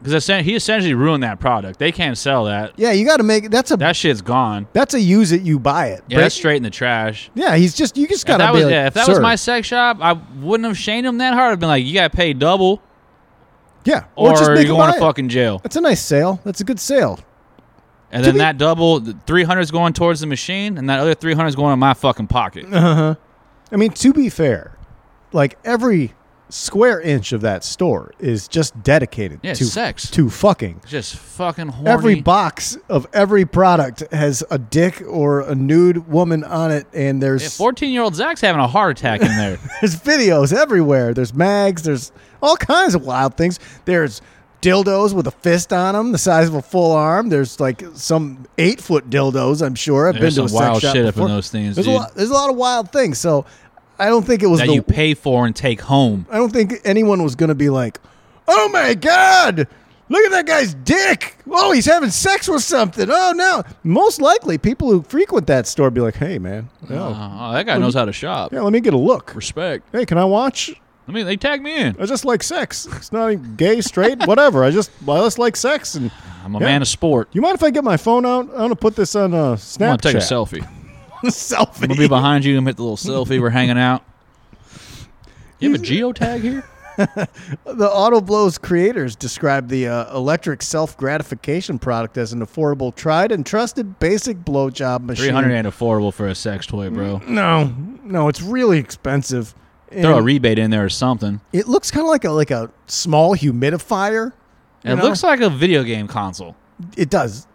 [SPEAKER 3] because he essentially ruined that product. They can't sell that.
[SPEAKER 1] Yeah, you got to make that's a
[SPEAKER 3] That shit's gone.
[SPEAKER 1] that's a use it you buy it.
[SPEAKER 3] Yeah,
[SPEAKER 1] Break-
[SPEAKER 3] that's straight in the trash.
[SPEAKER 1] yeah, he's just you just
[SPEAKER 3] If
[SPEAKER 1] gotta
[SPEAKER 3] that
[SPEAKER 1] be
[SPEAKER 3] was
[SPEAKER 1] like,
[SPEAKER 3] yeah, if that was
[SPEAKER 1] "Sir."
[SPEAKER 3] my sex shop, I wouldn't have shamed him that hard. I'd been like, you gotta pay double,
[SPEAKER 1] yeah,
[SPEAKER 3] or,
[SPEAKER 1] just
[SPEAKER 3] you're
[SPEAKER 1] make him
[SPEAKER 3] going
[SPEAKER 1] buy
[SPEAKER 3] to
[SPEAKER 1] it.
[SPEAKER 3] fucking jail.
[SPEAKER 1] That's a nice sale. That's a good sale.
[SPEAKER 3] And then
[SPEAKER 1] be-
[SPEAKER 3] that double, three hundred is going towards the machine, and that other three hundred is going in my fucking pocket.
[SPEAKER 1] I mean, to be fair, like every square inch of that store is just dedicated
[SPEAKER 3] Yeah,
[SPEAKER 1] to
[SPEAKER 3] sex.
[SPEAKER 1] to fucking.
[SPEAKER 3] Just fucking horny.
[SPEAKER 1] Every box of every product has a dick or a nude woman on it, and there's
[SPEAKER 3] Fourteen-year-old Zach's having a heart attack in there.
[SPEAKER 1] there's videos everywhere. There's mags. There's all kinds of wild things. There's dildos with a fist on them, the size of a full arm. There's like some eight foot dildos. I'm sure I've
[SPEAKER 3] There's
[SPEAKER 1] been
[SPEAKER 3] some
[SPEAKER 1] to a sex
[SPEAKER 3] wild
[SPEAKER 1] shop
[SPEAKER 3] shit up in
[SPEAKER 1] before.
[SPEAKER 3] those things,
[SPEAKER 1] There's a,
[SPEAKER 3] dude.
[SPEAKER 1] lot, there's a lot of wild things. So I don't think it was
[SPEAKER 3] that
[SPEAKER 1] the
[SPEAKER 3] you pay for and take home.
[SPEAKER 1] I don't think anyone was going to be like, "Oh my god, look at that guy's dick! Oh, he's having sex with something! Oh no!" Most likely, people who frequent that store be like, "Hey man, no.
[SPEAKER 3] Oh, that guy knows how to shop.
[SPEAKER 1] yeah, let me get a look.
[SPEAKER 3] Respect.
[SPEAKER 1] Hey, can I watch?
[SPEAKER 3] I mean, they tag me in.
[SPEAKER 1] I just like sex. It's not even gay, straight, whatever. I just I just like sex. And
[SPEAKER 3] I'm a
[SPEAKER 1] Yeah.
[SPEAKER 3] man of sport.
[SPEAKER 1] you mind if I get my phone out? I'm gonna put this on uh, Snapchat.
[SPEAKER 3] I'm gonna take a selfie.
[SPEAKER 1] Selfie.
[SPEAKER 3] I'm gonna be behind you and hit the little selfie. We're hanging out. You have a geotag here?
[SPEAKER 1] The Auto Blows creators describe the uh, electric self gratification product as an affordable, tried and trusted basic blowjob machine.
[SPEAKER 3] Three hundred ain't affordable for a sex toy, bro.
[SPEAKER 1] No, no, it's really expensive. And
[SPEAKER 3] Throw a rebate in there or something.
[SPEAKER 1] it looks kind of like a like a small humidifier.
[SPEAKER 3] It
[SPEAKER 1] know?
[SPEAKER 3] looks like a video game console.
[SPEAKER 1] It does,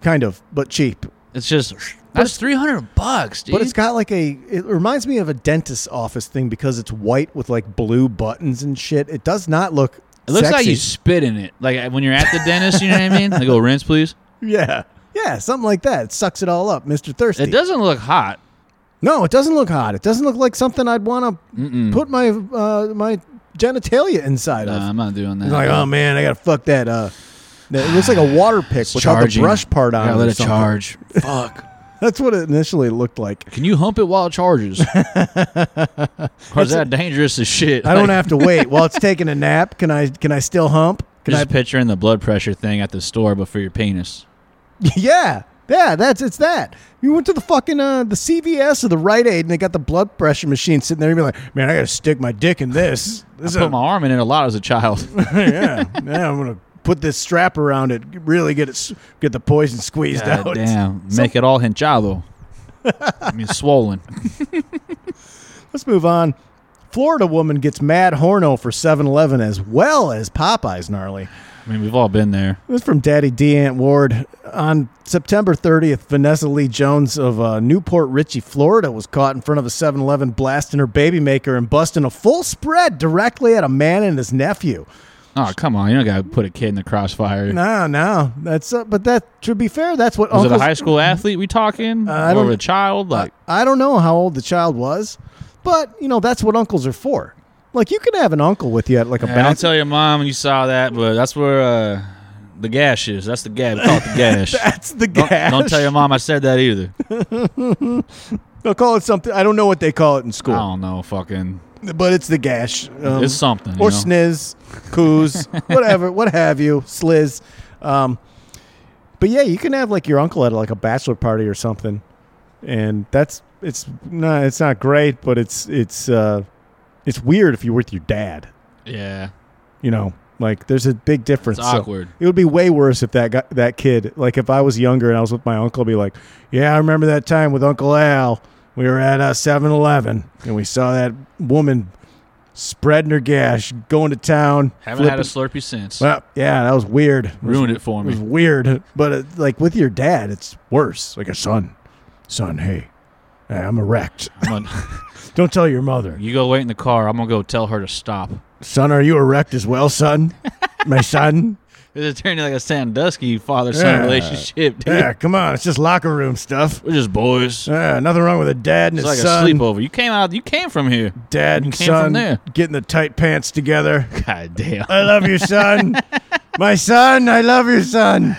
[SPEAKER 1] kind of, but cheap.
[SPEAKER 3] It's just that's three hundred bucks, dude.
[SPEAKER 1] But it's got like a. It reminds me of a dentist's office thing because it's white with like blue buttons and shit. It does not look.
[SPEAKER 3] it looks like
[SPEAKER 1] sexy.
[SPEAKER 3] you spit in it. Like when you're at the dentist, you know what I mean? They go rinse, please.
[SPEAKER 1] Yeah, yeah, something like that. It sucks it all up, Mister Thirsty.
[SPEAKER 3] It doesn't look hot.
[SPEAKER 1] No, it doesn't look hot. It doesn't look like something I'd want to put my uh, my genitalia inside
[SPEAKER 3] No,
[SPEAKER 1] of.
[SPEAKER 3] Uh, I'm not doing that.
[SPEAKER 1] It's like, oh man, I gotta fuck that. Uh, that- it looks like a water pick
[SPEAKER 3] It's
[SPEAKER 1] without the
[SPEAKER 3] charging.
[SPEAKER 1] brush part on
[SPEAKER 3] Gotta
[SPEAKER 1] it.
[SPEAKER 3] let
[SPEAKER 1] or
[SPEAKER 3] it
[SPEAKER 1] something.
[SPEAKER 3] charge. Fuck.
[SPEAKER 1] That's what it initially looked like.
[SPEAKER 3] Can you hump it while it charges? or is that dangerous as shit?
[SPEAKER 1] I don't
[SPEAKER 3] Like,
[SPEAKER 1] have to wait while it's taking a nap. Can I? Can I still hump? Can
[SPEAKER 3] Just
[SPEAKER 1] I?
[SPEAKER 3] picturing the blood pressure thing at the store, but for your penis.
[SPEAKER 1] yeah, yeah. That's it's that. You went to the fucking uh, the CVS or the Rite Aid, and they got the blood pressure machine sitting there. You're like, man, I gotta stick my dick in this. This
[SPEAKER 3] I
[SPEAKER 1] is
[SPEAKER 3] put my arm in it a lot as a child.
[SPEAKER 1] yeah, yeah. I'm gonna put this strap around it. Really get it. s- Get the poison squeezed
[SPEAKER 3] God
[SPEAKER 1] out.
[SPEAKER 3] damn, make it all hinchado. I mean, swollen.
[SPEAKER 1] Let's move on. Florida woman gets mad horno for 7-Eleven as well as Popeyes gnarly.
[SPEAKER 3] I mean, we've all been there.
[SPEAKER 1] This is from Daddy D. Ant Ward. On September 30th, Vanessa Lee Jones of uh, Newport Richey, Florida, was caught in front of a 7 Eleven blasting her baby maker and busting a full spread directly at a man and his nephew.
[SPEAKER 3] Oh, come on. You don't got to put a kid in the crossfire.
[SPEAKER 1] No, no, that's uh, but that to be fair, that's what
[SPEAKER 3] Was it a
[SPEAKER 1] uncles-
[SPEAKER 3] high school athlete we talking?
[SPEAKER 1] Uh, I
[SPEAKER 3] or
[SPEAKER 1] don't- Uh,
[SPEAKER 3] a child? Like,
[SPEAKER 1] I don't know how old the child was, but you know that's what uncles are for. Like you can have an uncle with you at like a
[SPEAKER 3] Yeah, I'll
[SPEAKER 1] bounce.
[SPEAKER 3] tell your mom when you saw that, but that's where uh, the gash is. That's the gash. We call it the gash.
[SPEAKER 1] That's the
[SPEAKER 3] Don't,
[SPEAKER 1] gash.
[SPEAKER 3] don't tell your mom I said that either.
[SPEAKER 1] They'll call it something. I don't know what they call it in
[SPEAKER 3] I
[SPEAKER 1] school,
[SPEAKER 3] don't know. Fucking,
[SPEAKER 1] but it's the gash. Um,
[SPEAKER 3] Oh. it's something. you
[SPEAKER 1] or
[SPEAKER 3] know?
[SPEAKER 1] sniz, coos, whatever, what have you, sliz. Um, but yeah, you can have like your uncle at like a bachelor party or something, and that's it's not it's not great, but it's it's uh, it's weird if you're with your dad.
[SPEAKER 3] Yeah,
[SPEAKER 1] You know, like there's a big difference.
[SPEAKER 3] it's
[SPEAKER 1] So
[SPEAKER 3] awkward.
[SPEAKER 1] it would be way worse if that guy, that kid, like if I was younger and I was with my uncle, I'd be like, yeah, I remember that time with Uncle Al. We were at a 7 Eleven and we saw that woman spreading her gash, going to town.
[SPEAKER 3] Haven't had a
[SPEAKER 1] flipping-
[SPEAKER 3] slurpee since.
[SPEAKER 1] well, yeah, that was weird. It was-
[SPEAKER 3] Ruined it for
[SPEAKER 1] It was
[SPEAKER 3] me.
[SPEAKER 1] weird, but uh, like with your dad, it's worse. Like a son, son, hey, hey, I'm erect.
[SPEAKER 3] I'm gonna-
[SPEAKER 1] Don't tell your mother.
[SPEAKER 3] you go wait in the car. I'm gonna go tell her to stop.
[SPEAKER 1] Son, are you erect as well, son? My son.
[SPEAKER 3] It's turning like a Sandusky father son
[SPEAKER 1] Yeah.
[SPEAKER 3] relationship, dude.
[SPEAKER 1] Yeah, come on, it's just locker room stuff.
[SPEAKER 3] We're just boys.
[SPEAKER 1] Yeah, nothing wrong with a dad and
[SPEAKER 3] It's
[SPEAKER 1] his
[SPEAKER 3] like
[SPEAKER 1] son.
[SPEAKER 3] a sleepover. You came out. You came from here.
[SPEAKER 1] Dad and
[SPEAKER 3] came from
[SPEAKER 1] son
[SPEAKER 3] there.
[SPEAKER 1] getting the tight pants together.
[SPEAKER 3] God damn.
[SPEAKER 1] I love you, son. My son, I love you, son.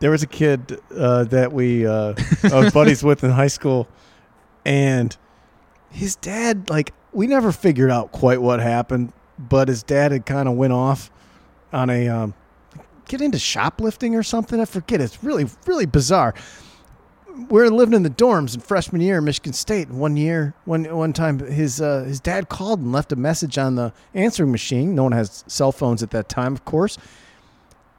[SPEAKER 1] There was a kid uh, that we uh, I was buddies with in high school, and his dad, like, we never figured out quite what happened, but his dad had kind of went off on a um, get into shoplifting or something. I forget. It's really, really bizarre. We're living in the dorms in freshman year in Michigan State. One year, one one time, his uh, his dad called and left a message on the answering machine. No one has cell phones at that time, of course,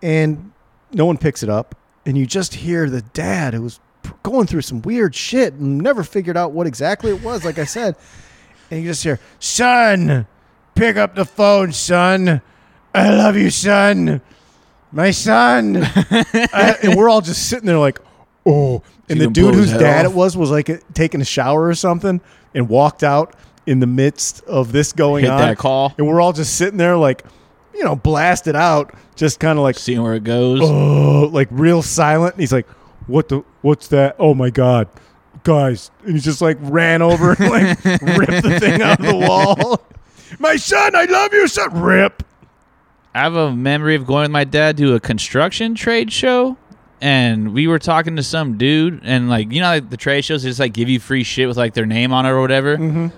[SPEAKER 1] and no one picks it up. And you just hear the dad who was going through some weird shit and never figured out what exactly it was. Like I said, and you just hear, "Son, pick up the phone, son. I love you, son." my son. I- and we're all just sitting there like, oh. And the
[SPEAKER 3] gonna blow
[SPEAKER 1] dude
[SPEAKER 3] his
[SPEAKER 1] whose
[SPEAKER 3] head
[SPEAKER 1] dad
[SPEAKER 3] off?
[SPEAKER 1] it was was like taking a shower or something and walked out in the midst of this going
[SPEAKER 3] Hit
[SPEAKER 1] on.
[SPEAKER 3] that call.
[SPEAKER 1] And we're all just sitting there like, you know, blasted out, just kind of like,
[SPEAKER 3] Seeing where it goes.
[SPEAKER 1] oh, like real silent. And he's like, what the, what's that? Oh my God. Guys. And he just like ran over and like ripped the thing out of the wall. My son, I love you, son. Rip.
[SPEAKER 3] I have a memory of going with my dad to a construction trade show, and we were talking to some dude, and like you know, like the trade shows they just like give you free shit with like their name on it or whatever. Mm-hmm.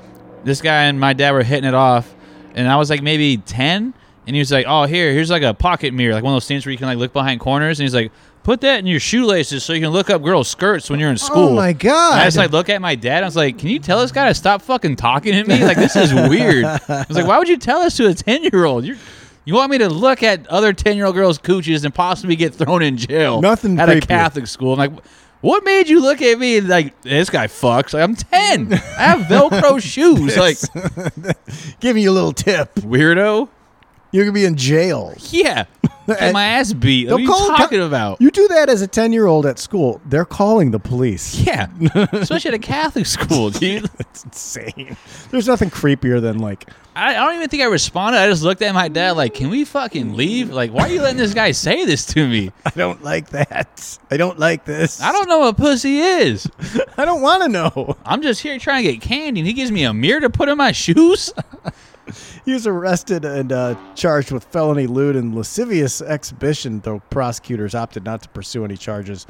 [SPEAKER 3] This guy and my dad were hitting it off, and I was like maybe ten, and he was like, "Oh, here, here's like a pocket mirror, like one of those things where you can like look behind corners," and he's like. Put that in your shoelaces so you can look up girls' skirts when you're in school.
[SPEAKER 1] Oh my God.
[SPEAKER 3] And I just like look at my dad. I was like, "Can you tell this guy to stop fucking talking to me? Like this is weird." I was like, "Why would you tell this to a ten year old? You you want me to look at other ten year old girls' cooches and possibly get thrown in jail?
[SPEAKER 1] Nothing
[SPEAKER 3] at
[SPEAKER 1] creepier.
[SPEAKER 3] a Catholic school. I'm like, what made you look at me like this guy fucks? Like I'm ten. I have Velcro shoes. Like
[SPEAKER 1] Giving you a little tip.
[SPEAKER 3] weirdo.
[SPEAKER 1] You're gonna be in jail.
[SPEAKER 3] Yeah, get my ass beat. Like,
[SPEAKER 1] They'll
[SPEAKER 3] what are you
[SPEAKER 1] call-
[SPEAKER 3] talking about?
[SPEAKER 1] You do that as a ten year old at school, they're calling the police.
[SPEAKER 3] yeah, especially at a Catholic school, dude.
[SPEAKER 1] It's insane. There's nothing creepier than like
[SPEAKER 3] I, I don't even think I responded. I just looked at my dad like, "Can we fucking leave? Like, why are you letting this guy say this to me?
[SPEAKER 1] I don't like that. I don't like this.
[SPEAKER 3] I don't know what pussy is.
[SPEAKER 1] I don't want to know.
[SPEAKER 3] I'm just here trying to get candy, and he gives me a mirror to put in my shoes.
[SPEAKER 1] He was arrested and uh, charged with felony lewd and lascivious exhibition, though prosecutors opted not to pursue any charges.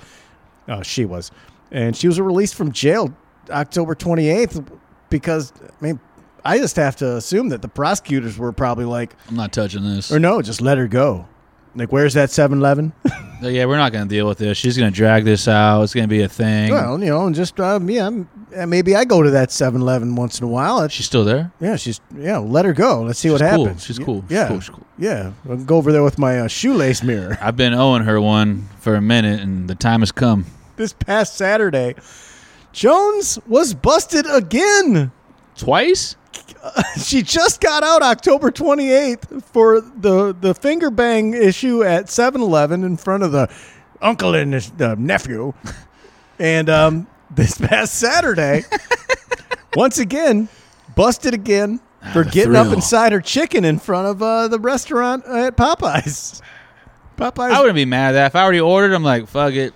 [SPEAKER 1] Oh, she was, and she was released from jail October 28th because I mean, I just have to assume that the prosecutors were probably like,
[SPEAKER 3] I'm not touching this.
[SPEAKER 1] Or no, just let her go. Like, where's that 7 Eleven?
[SPEAKER 3] Like, yeah, we're not gonna deal with this. She's gonna drag this out. It's gonna be a thing.
[SPEAKER 1] well, you know, and just, um, yeah, m- uh, maybe I go to that 7 Eleven once in a while. It's-
[SPEAKER 3] She's still there.
[SPEAKER 1] yeah, she's, yeah, let her go. Let's see what
[SPEAKER 3] She's cool.
[SPEAKER 1] happens.
[SPEAKER 3] She's
[SPEAKER 1] Y-
[SPEAKER 3] cool. She's
[SPEAKER 1] Yeah.
[SPEAKER 3] cool. She's cool.
[SPEAKER 1] Yeah. I'll go over there with my uh, shoelace mirror.
[SPEAKER 3] I've been owing her one for a minute, and the time has come.
[SPEAKER 1] this past Saturday, Jones was busted again.
[SPEAKER 3] Twice.
[SPEAKER 1] She just got out October 28th for the, the finger bang issue at 7 Eleven in front of the uncle and his uh, nephew. And um, this past Saturday, once again, busted again for getting up
[SPEAKER 3] Ah, thrill.
[SPEAKER 1] inside her chicken in front of uh, the restaurant at Popeyes. Popeyes.
[SPEAKER 3] I wouldn't be mad at that. If I already ordered, I'm like, fuck it.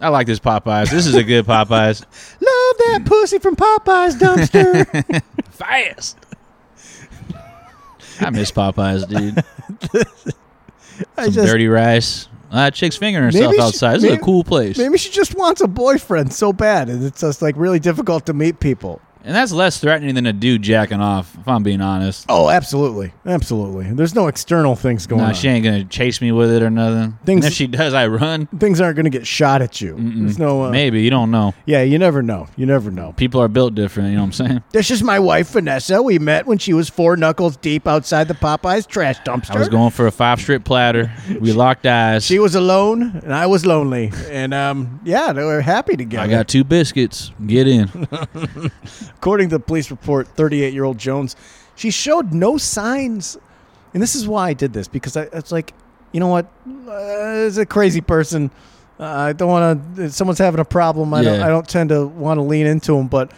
[SPEAKER 3] I like this Popeyes. This is a good Popeyes.
[SPEAKER 1] Love that pussy from Popeyes dumpster.
[SPEAKER 3] Fast. I miss Popeyes, dude.
[SPEAKER 1] I
[SPEAKER 3] Some
[SPEAKER 1] just-
[SPEAKER 3] dirty rice. Uh, chick's fingering herself
[SPEAKER 1] Maybe she-
[SPEAKER 3] outside. This is
[SPEAKER 1] maybe-
[SPEAKER 3] a cool place.
[SPEAKER 1] Maybe she just wants a boyfriend so bad, and it's just like really difficult to meet people.
[SPEAKER 3] And that's less threatening than a dude jacking off, if I'm being honest.
[SPEAKER 1] Oh, absolutely, absolutely. There's no external things going
[SPEAKER 3] Nah,
[SPEAKER 1] on.
[SPEAKER 3] she ain't going to chase me with it or nothing.
[SPEAKER 1] Things-
[SPEAKER 3] and if she does, I run.
[SPEAKER 1] Things aren't going to get shot at you. There's no. Uh,
[SPEAKER 3] Maybe. You don't know.
[SPEAKER 1] Yeah, you never know. You never know.
[SPEAKER 3] People are built different. You know what I'm saying?
[SPEAKER 1] This is my wife Vanessa. We met when she was four knuckles deep outside the Popeyes trash dumpster.
[SPEAKER 3] I was going for a five strip platter. We locked eyes.
[SPEAKER 1] She was alone, and I was lonely. And um, yeah, they were happy together.
[SPEAKER 3] I got two biscuits. Get in.
[SPEAKER 1] According to the police report, 38 year old Jones, she showed no signs. And this is why I did this because I, it's like, you know what? Uh, it's a crazy person. Uh, I don't want to. Someone's having a problem. I, don't,
[SPEAKER 3] Yeah.
[SPEAKER 1] I don't tend to want to lean into them, but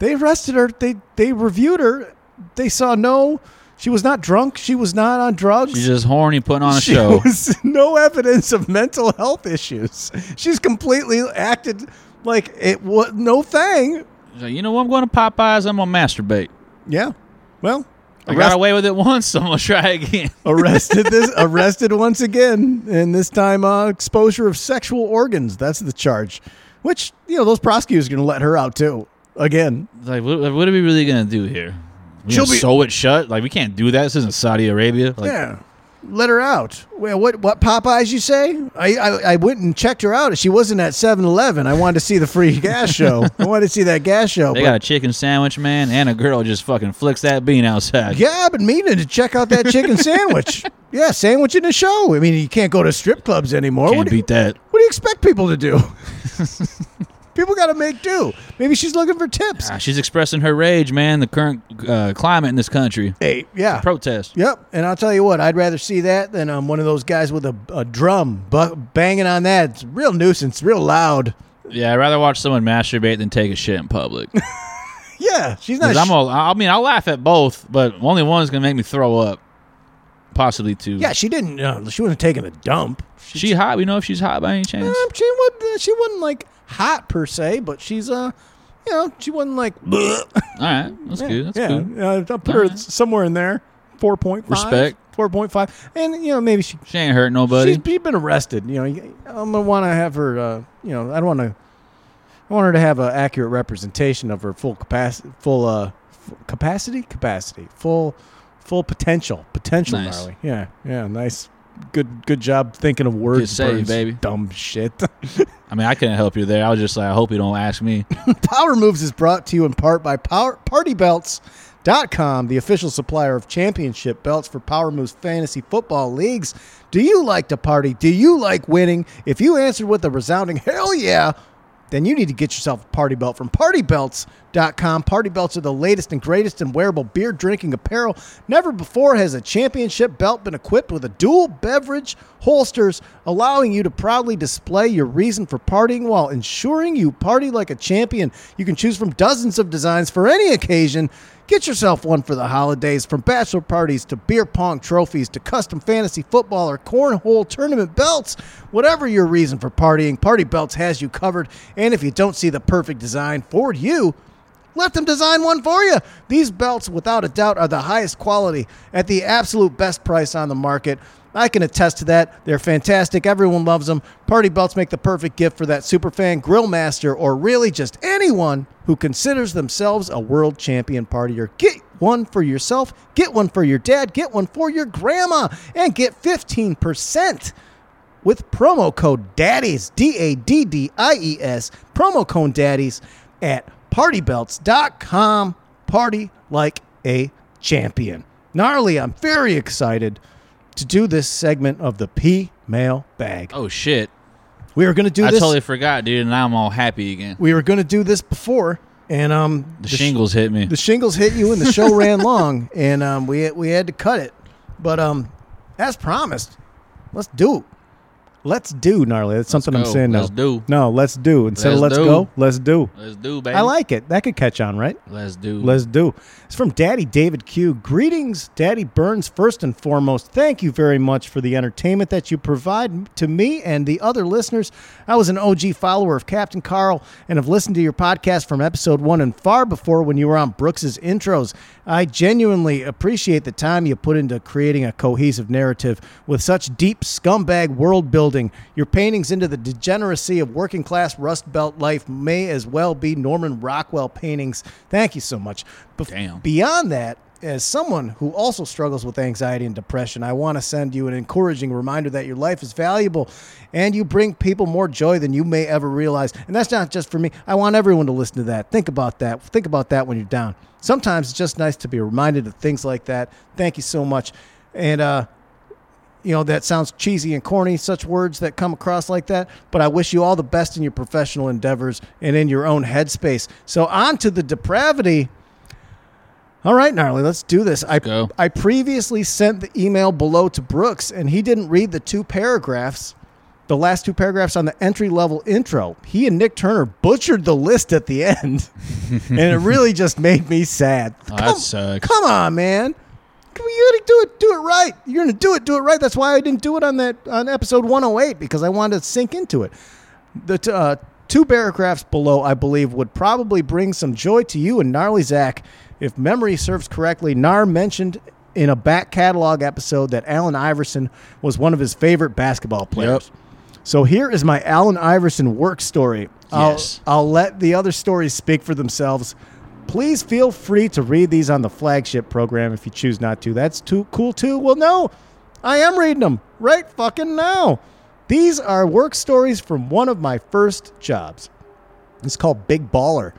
[SPEAKER 1] they arrested her. They they reviewed her. They saw no. She was not drunk. She was not on drugs.
[SPEAKER 3] She's just horny putting on a
[SPEAKER 1] She
[SPEAKER 3] show.
[SPEAKER 1] was no evidence of mental health issues. She's completely acted like it was no thing.
[SPEAKER 3] She's like, you know what? I'm going to Popeyes. I'm going to masturbate.
[SPEAKER 1] Yeah. Well,
[SPEAKER 3] I
[SPEAKER 1] arrest-
[SPEAKER 3] got away with it once, so I'm going to try again.
[SPEAKER 1] arrested this arrested once again, and this time uh, exposure of sexual organs. That's the charge. Which you know those prosecutors are going to let her out too again.
[SPEAKER 3] like, what, what are we really going to do here? We
[SPEAKER 1] She'll
[SPEAKER 3] going
[SPEAKER 1] be-
[SPEAKER 3] to sew it shut? Like, we can't do that. This isn't Saudi Arabia. Like,
[SPEAKER 1] yeah. Let her out. Well, what what Popeyes you say? I, I I went and checked her out. She wasn't at 7-Eleven. I wanted to see the free gas show. I wanted to see that gas show.
[SPEAKER 3] They
[SPEAKER 1] but-
[SPEAKER 3] got a chicken sandwich, man, and a girl just fucking flicks that bean outside.
[SPEAKER 1] Yeah, I've been meaning to check out that chicken sandwich. yeah, sandwich in the show. I mean, you can't go to strip clubs anymore.
[SPEAKER 3] Can't
[SPEAKER 1] What do, you,
[SPEAKER 3] beat that.
[SPEAKER 1] what do you expect people to do? people got to make do. Maybe she's looking for tips.
[SPEAKER 3] Ah, she's expressing her rage, man. The current uh, climate in this country.
[SPEAKER 1] Hey, yeah.
[SPEAKER 3] Protest.
[SPEAKER 1] Yep, and I'll tell you what, I'd rather see that than um, one of those guys with a, a drum bu- banging on that. It's a real nuisance, real loud.
[SPEAKER 3] Yeah, I'd rather watch someone masturbate than take a shit in public.
[SPEAKER 1] Yeah, she's not.
[SPEAKER 3] 'Cause I'm
[SPEAKER 1] sh-
[SPEAKER 3] all, I mean, I'll laugh at both, but only one's going to make me throw up. Possibly two.
[SPEAKER 1] yeah, she didn't. Uh, she wasn't taking a dump. She,
[SPEAKER 3] She hot? We know if she's hot by any chance.
[SPEAKER 1] Um, she wasn't. She wasn't like hot per se, but she's uh, you know, she wasn't like.
[SPEAKER 3] All right, that's good. That's
[SPEAKER 1] yeah,
[SPEAKER 3] good.
[SPEAKER 1] uh, I'll put her
[SPEAKER 3] Alright.
[SPEAKER 1] somewhere in there. Four point five.
[SPEAKER 3] Respect.
[SPEAKER 1] Four point five, and you know maybe she
[SPEAKER 3] She ain't hurt nobody.
[SPEAKER 1] she's she's been arrested. You know, you- I'm gonna want to have her. Uh, you know, I don't want to. I want her to have an accurate representation of her full capacity, full uh, f- capacity, capacity, full, full potential, potential.
[SPEAKER 3] Nice.
[SPEAKER 1] Gnarly. Yeah, yeah, nice. Good, good job thinking of words.
[SPEAKER 3] saved,
[SPEAKER 1] Burns.
[SPEAKER 3] baby.
[SPEAKER 1] Dumb shit.
[SPEAKER 3] I mean, I couldn't help you there. I was just like, I hope you don't ask me.
[SPEAKER 1] Power Moves is brought to you in part by Power PartyBelts.com, the official supplier of championship belts for Power Moves fantasy football leagues. Do you like to party? Do you like winning? If you answered with a resounding hell yeah, then you need to get yourself a party belt from partybelts.com. Party belts are the latest and greatest in wearable beer drinking apparel. Never before has a championship belt been equipped with a dual beverage holsters, allowing you to proudly display your reason for partying while ensuring you party like a champion. You can choose from dozens of designs for any occasion. Get yourself one for the holidays, from bachelor parties to beer pong trophies to custom fantasy football or cornhole tournament belts. Whatever your reason for partying, Party Belts has you covered. And if you don't see the perfect design for you, let them design one for you. These belts, without a doubt, are the highest quality at the absolute best price on the market. I can attest to that. They're fantastic. Everyone loves them. Party belts make the perfect gift for that superfan, grill master, or really just anyone who considers themselves a world champion partier. Get one for yourself, get one for your dad, get one for your grandma, and get 15% with promo code daddies d-a-d-d-i-e-s E promo code daddies at partybelts.com party like a champion gnarly i'm very excited to do this segment of the p mail bag
[SPEAKER 3] Oh shit!
[SPEAKER 1] we were going to do
[SPEAKER 3] I
[SPEAKER 1] this
[SPEAKER 3] totally forgot, dude, and now I'm all happy again.
[SPEAKER 1] we were going to do this before and um
[SPEAKER 3] The shingles hit me.
[SPEAKER 1] the shingles hit you and the show ran long and um, we we had to cut it. But um, as promised, let's do it. Let's do gnarly. That's something I'm
[SPEAKER 3] go.
[SPEAKER 1] saying now.
[SPEAKER 3] Let's do.
[SPEAKER 1] No, let's do instead of
[SPEAKER 3] Let's
[SPEAKER 1] let's
[SPEAKER 3] do.
[SPEAKER 1] go. Let's do.
[SPEAKER 3] Let's do, baby.
[SPEAKER 1] I like it. That could catch on, right?
[SPEAKER 3] Let's do.
[SPEAKER 1] Let's do. It's from Daddy David Q. Greetings, Daddy Burns. First and foremost, thank you very much for the entertainment that you provide to me and the other listeners. I was an OG follower of Captain Carl and have listened to your podcast from episode one and far before when you were on Brooks's intros. I genuinely appreciate the time you put into creating a cohesive narrative with such deep scumbag world building. Your paintings into the degeneracy of working class Rust Belt life may as well be Norman Rockwell paintings. Thank you so much. Bef-
[SPEAKER 3] Damn.
[SPEAKER 1] Beyond that, as someone who also struggles with anxiety and depression, I want to send you an encouraging reminder that your life is valuable and you bring people more joy than you may ever realize. And that's not just for me. I want everyone to listen to that. Think about that. Think about that when you're down. Sometimes it's just nice to be reminded of things like that. Thank you so much. And uh you know that sounds cheesy and corny such words that come across like that but i wish you all the best in your professional endeavors and in your own headspace so on to the depravity all right gnarly let's do this i
[SPEAKER 3] go.
[SPEAKER 1] i previously sent the email below to brooks and he didn't read the two paragraphs the last two paragraphs on the entry level intro he and nick turner butchered the list at the end and it really just made me sad
[SPEAKER 3] Oh, that sucks.
[SPEAKER 1] come on man Come on, you gotta do it do it right you're gonna do it do it right that's why i didn't do it on that on episode 108 because i wanted to sink into it the t- uh, two paragraphs below i believe would probably bring some joy to you and gnarly zach if memory serves correctly nar mentioned in a back catalog episode that Allen Iverson was one of his favorite basketball players. So here is my Allen Iverson work story.
[SPEAKER 3] Yes.
[SPEAKER 1] I'll, I'll let the other stories speak for themselves. Please feel free to read these on the flagship program if you choose not to. That's too cool too. Well, no, I am reading them right fucking now. These are work stories from one of my first jobs. It's called Big Baller.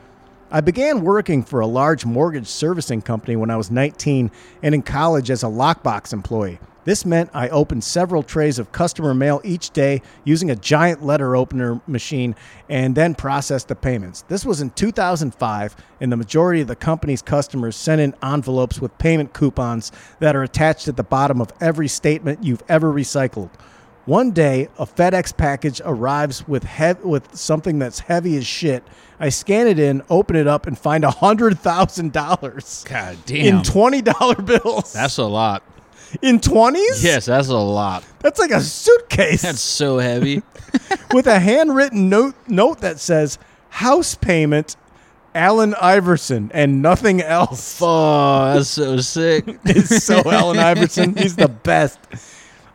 [SPEAKER 1] I began working for a large mortgage servicing company when I was 19 and in college as a lockbox employee. This meant I opened several trays of customer mail each day using a giant letter opener machine and then processed the payments. This was in 2005, and the majority of the company's customers sent in envelopes with payment coupons that are attached at the bottom of every statement you've ever recycled. One day, a FedEx package arrives with hev- with something that's heavy as shit. I scan it in, open it up, and find a hundred thousand dollars
[SPEAKER 3] God
[SPEAKER 1] in
[SPEAKER 3] damn.
[SPEAKER 1] twenty dollar bills.
[SPEAKER 3] that's a lot.
[SPEAKER 1] in twenties.
[SPEAKER 3] Yes, that's a lot.
[SPEAKER 1] that's like a suitcase
[SPEAKER 3] That's so heavy.
[SPEAKER 1] with a handwritten note note that says "house payment, Allen Iverson," and nothing else.
[SPEAKER 3] oh, that's so sick.
[SPEAKER 1] is so Allen Iverson. He's the best.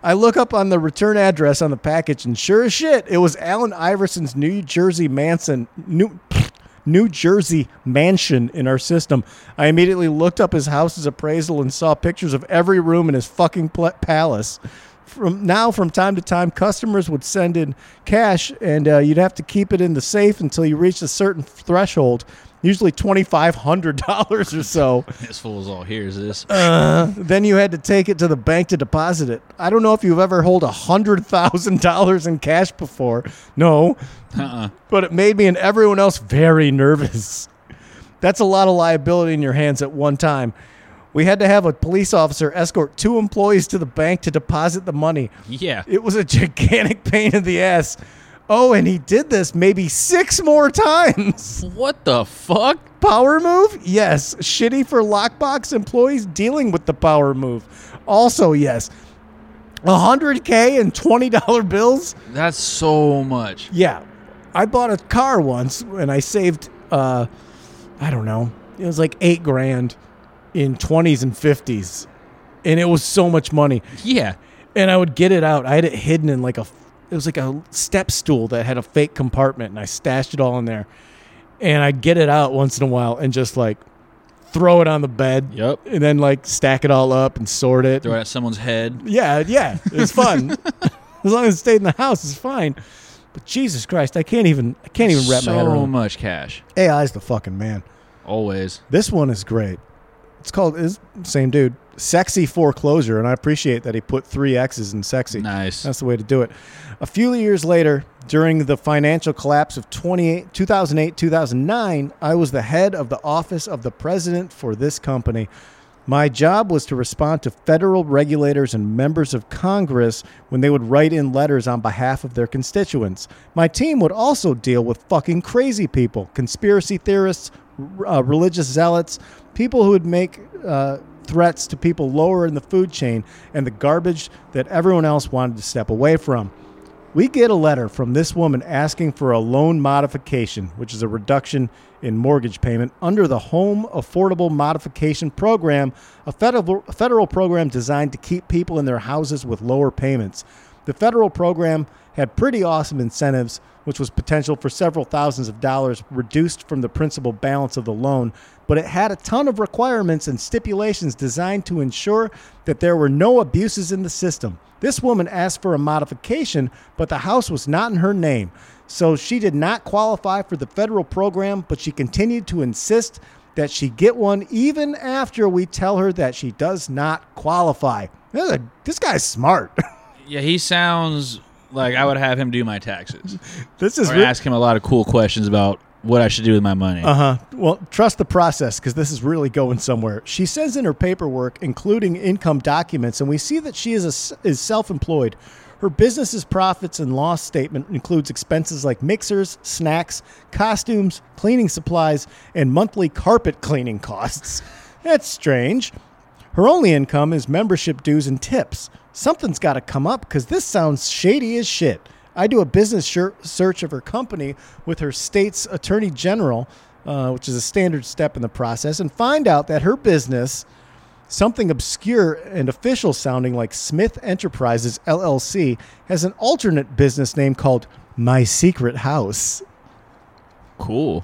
[SPEAKER 1] I look up on the return address on the package, and sure as shit, it was Allen Iverson's New Jersey Manson. New. New Jersey mansion in our system. I immediately looked up his house's appraisal and saw pictures of every room in his fucking pla- palace. From now, from time to time, customers would send in cash, and uh, you'd have to keep it in the safe until you reached a certain threshold, usually twenty five hundred dollars or so
[SPEAKER 3] this fool's all hears this.
[SPEAKER 1] then you had to take it to the bank to deposit it. I don't know if you've ever held hundred thousand dollars in cash before. No,
[SPEAKER 3] Uh-uh.
[SPEAKER 1] but it made me and everyone else very nervous. That's a lot of liability in your hands at one time. We had to have a police officer escort two employees to the bank to deposit the money.
[SPEAKER 3] yeah.
[SPEAKER 1] It was a gigantic pain in the ass. Oh, and he did this maybe six more times.
[SPEAKER 3] What the fuck?
[SPEAKER 1] Power move? Yes. Shitty for lockbox employees dealing with the power move. Also, yes. 100K and $20 bills?
[SPEAKER 3] That's so much.
[SPEAKER 1] Yeah. I bought a car once and I saved, uh, I don't know, it was like eight grand in 20s and 50s. And it was so much money.
[SPEAKER 3] Yeah.
[SPEAKER 1] And I would get it out. I had it hidden in like a, it was like a step stool that had a fake compartment and I stashed it all in there. And I'd get it out once in a while and just like throw it on the bed.
[SPEAKER 3] Yep.
[SPEAKER 1] And then like stack it all up and sort it.
[SPEAKER 3] Throw it at someone's head.
[SPEAKER 1] Yeah, yeah. It's fun. as long as it stayed in the house, it's fine. But Jesus Christ, I can't even I can't even wrap my head
[SPEAKER 3] So
[SPEAKER 1] around.
[SPEAKER 3] much cash.
[SPEAKER 1] AI's the fucking man.
[SPEAKER 3] Always.
[SPEAKER 1] This one is great. It's called is same dude. Sexy foreclosure, and I appreciate that he put three X's in sexy.
[SPEAKER 3] Nice.
[SPEAKER 1] That's the way to do it. A few years later, during the financial collapse of 28 2008 2009, I was the head of the office of the president for this company. My job was to respond to federal regulators and members of Congress when they would write in letters on behalf of their constituents. My team would also deal with fucking crazy people, conspiracy theorists, r- uh, religious zealots, people who would make uh, threats to people lower in the food chain, and the garbage that everyone else wanted to step away from. We get a letter from this woman asking for a loan modification, which is a reduction in mortgage payment under the Home Affordable Modification Program, a federal, a federal program designed to keep people in their houses with lower payments. The federal program had pretty awesome incentives, which was potential for several thousands of dollars reduced from the principal balance of the loan, but it had a ton of requirements and stipulations designed to ensure that there were no abuses in the system. This woman asked for a modification, but the house was not in her name. So she did not qualify for the federal program, but she continued to insist that she get one even after we tell her that she does not qualify. This is a- This guy's smart.
[SPEAKER 3] Yeah, he sounds like I would have him do my taxes
[SPEAKER 1] this is
[SPEAKER 3] or
[SPEAKER 1] re-
[SPEAKER 3] ask him a lot of cool questions about what I should do with my money.
[SPEAKER 1] Uh huh. Well, trust the process because this is really going somewhere. She sends in her paperwork, including income documents, and we see that she is a s is self employed. Her business's profits and loss statement includes expenses like mixers, snacks, costumes, cleaning supplies, and monthly carpet cleaning costs. That's strange. Her only income is membership dues and tips. Something's got to come up because this sounds shady as shit. I do a business shir- search of her company with her state's attorney general, uh, which is a standard step in the process, and find out that her business, something obscure and official sounding like Smith Enterprises LLC, has an alternate business name called My Secret House.
[SPEAKER 3] Cool.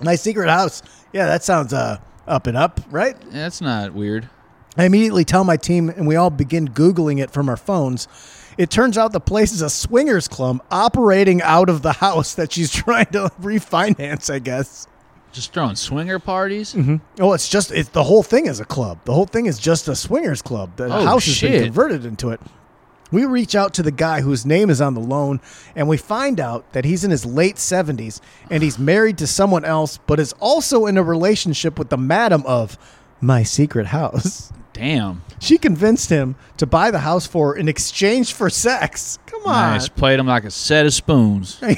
[SPEAKER 1] My Secret House. Yeah, that sounds uh, up and up, right?
[SPEAKER 3] That's not weird.
[SPEAKER 1] I immediately tell my team, and we all begin Googling it from our phones. It turns out the place is a swingers club operating out of the house that she's trying to refinance, I guess.
[SPEAKER 3] Just throwing swinger parties.
[SPEAKER 1] Oh, it's just it's the whole thing is a club. The whole thing is just a swingers club. The
[SPEAKER 3] Oh,
[SPEAKER 1] house has been
[SPEAKER 3] shit.
[SPEAKER 1] converted into it. We reach out to the guy whose name is on the loan, and we find out that he's in his late seventies and he's married to someone else, but is also in a relationship with the madam of my secret house.
[SPEAKER 3] Damn.
[SPEAKER 1] She convinced him to buy the house for her in exchange for sex. Come on.
[SPEAKER 3] Nice. Played him like a set of spoons.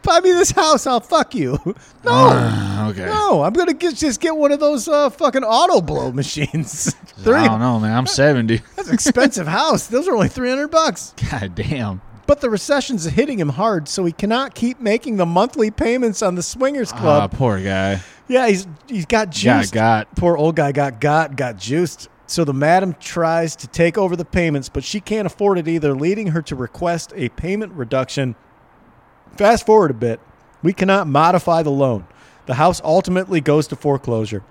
[SPEAKER 1] Buy me this house, I'll fuck you. No.
[SPEAKER 3] Oh, Okay.
[SPEAKER 1] No, I'm gonna get, just get one of those uh, fucking auto blow machines. Three,
[SPEAKER 3] I don't know, man. I'm 70.
[SPEAKER 1] that's an expensive house. Those are only three hundred bucks.
[SPEAKER 3] God damn.
[SPEAKER 1] But the recession's hitting him hard, so he cannot keep making the monthly payments on the swingers
[SPEAKER 3] Ah,
[SPEAKER 1] club.
[SPEAKER 3] poor guy.
[SPEAKER 1] yeah, he's he's got
[SPEAKER 3] Got
[SPEAKER 1] juiced.
[SPEAKER 3] got.
[SPEAKER 1] Poor old guy got got got juiced. So the madam tries to take over the payments, but she can't afford it either, leading her to request a payment reduction. Fast forward a bit, we cannot modify the loan. The house ultimately goes to foreclosure.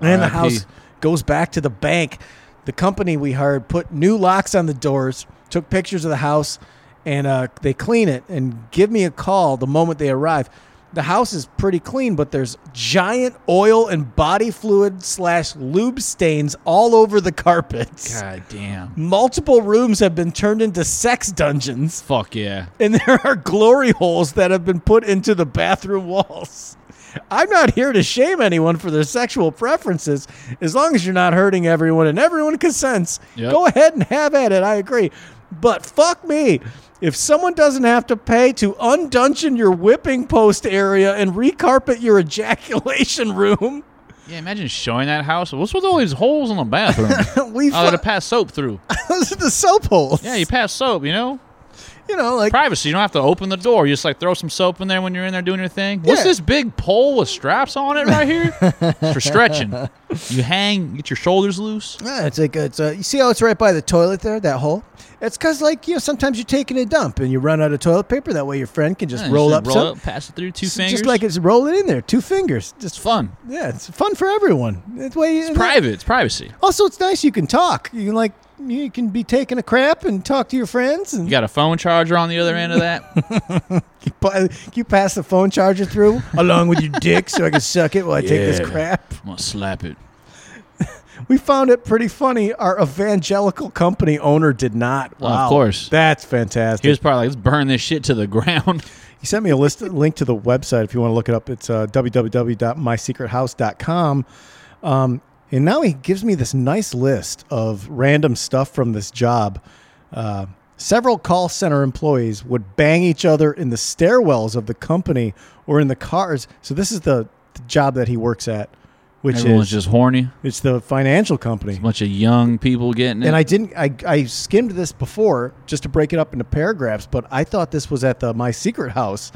[SPEAKER 1] And the
[SPEAKER 3] RIP.
[SPEAKER 1] house goes back to the bank. The company we hired put new locks on the doors, took pictures of the house, and uh, they clean it and give me a call the moment they arrive. The house is pretty clean, but there's giant oil and body fluid slash lube stains all over the carpets.
[SPEAKER 3] God damn.
[SPEAKER 1] Multiple rooms have been turned into sex dungeons,
[SPEAKER 3] Fuck yeah.
[SPEAKER 1] and there are glory holes that have been put into the bathroom walls. I'm not here to shame anyone for their sexual preferences. As long as you're not hurting everyone and everyone consents,
[SPEAKER 3] Yep.
[SPEAKER 1] go ahead and have at it. I agree. But fuck me. If someone doesn't have to pay to undungeon your whipping post area and recarpet your ejaculation room,
[SPEAKER 3] Yeah, imagine showing that house. What's with all these holes in the bathroom?
[SPEAKER 1] we
[SPEAKER 3] oh,
[SPEAKER 1] fu-
[SPEAKER 3] to pass soap through.
[SPEAKER 1] those are the soap holes.
[SPEAKER 3] Yeah, you pass soap, you know?
[SPEAKER 1] you know, like
[SPEAKER 3] Privacy. You don't have to open the door. You just like throw some soap in there when you're in there doing your thing. What's
[SPEAKER 1] Yeah.
[SPEAKER 3] this big pole with straps on it right here? it's for stretching. You hang, get your shoulders loose.
[SPEAKER 1] Yeah, it's like it's uh, you see how it's right by the toilet there, that hole. It's because like you know sometimes you're taking a dump and you run out of toilet paper. That way your friend can just
[SPEAKER 3] Yeah, you
[SPEAKER 1] roll
[SPEAKER 3] just
[SPEAKER 1] up
[SPEAKER 3] roll
[SPEAKER 1] some,
[SPEAKER 3] up, pass it through two
[SPEAKER 1] just-
[SPEAKER 3] fingers.
[SPEAKER 1] just like it's rolling in there, two fingers.
[SPEAKER 3] it's
[SPEAKER 1] Just
[SPEAKER 3] fun.
[SPEAKER 1] yeah, it's fun for everyone. That way
[SPEAKER 3] It's private. It's privacy.
[SPEAKER 1] Also, it's nice you can talk. You can like you can be taking a crap and talk to your friends and
[SPEAKER 3] You got a phone charger on the other end of that.
[SPEAKER 1] pa- can you pass the phone charger through along with your dick so I can suck it while I take this
[SPEAKER 3] Yeah.
[SPEAKER 1] crap.
[SPEAKER 3] I'm gonna slap it.
[SPEAKER 1] We found it pretty funny. Our evangelical company owner did not.
[SPEAKER 3] Well, of course.
[SPEAKER 1] that's fantastic.
[SPEAKER 3] He was probably like, let's burn this shit to the ground.
[SPEAKER 1] He sent me a list link to the website if you want to look it up. It's uh, www.mysecrethouse.com. Um, and now he gives me this nice list of random stuff from this job. Uh, several call center employees would bang each other in the stairwells of the company or in the cars. So this is the, the job that he works at, which
[SPEAKER 3] Everyone's
[SPEAKER 1] is
[SPEAKER 3] just horny.
[SPEAKER 1] it's the financial company.
[SPEAKER 3] Bunch of young people getting it.
[SPEAKER 1] And I didn't. I, I skimmed this before just to break it up into paragraphs, but I thought this was at the My Secret House.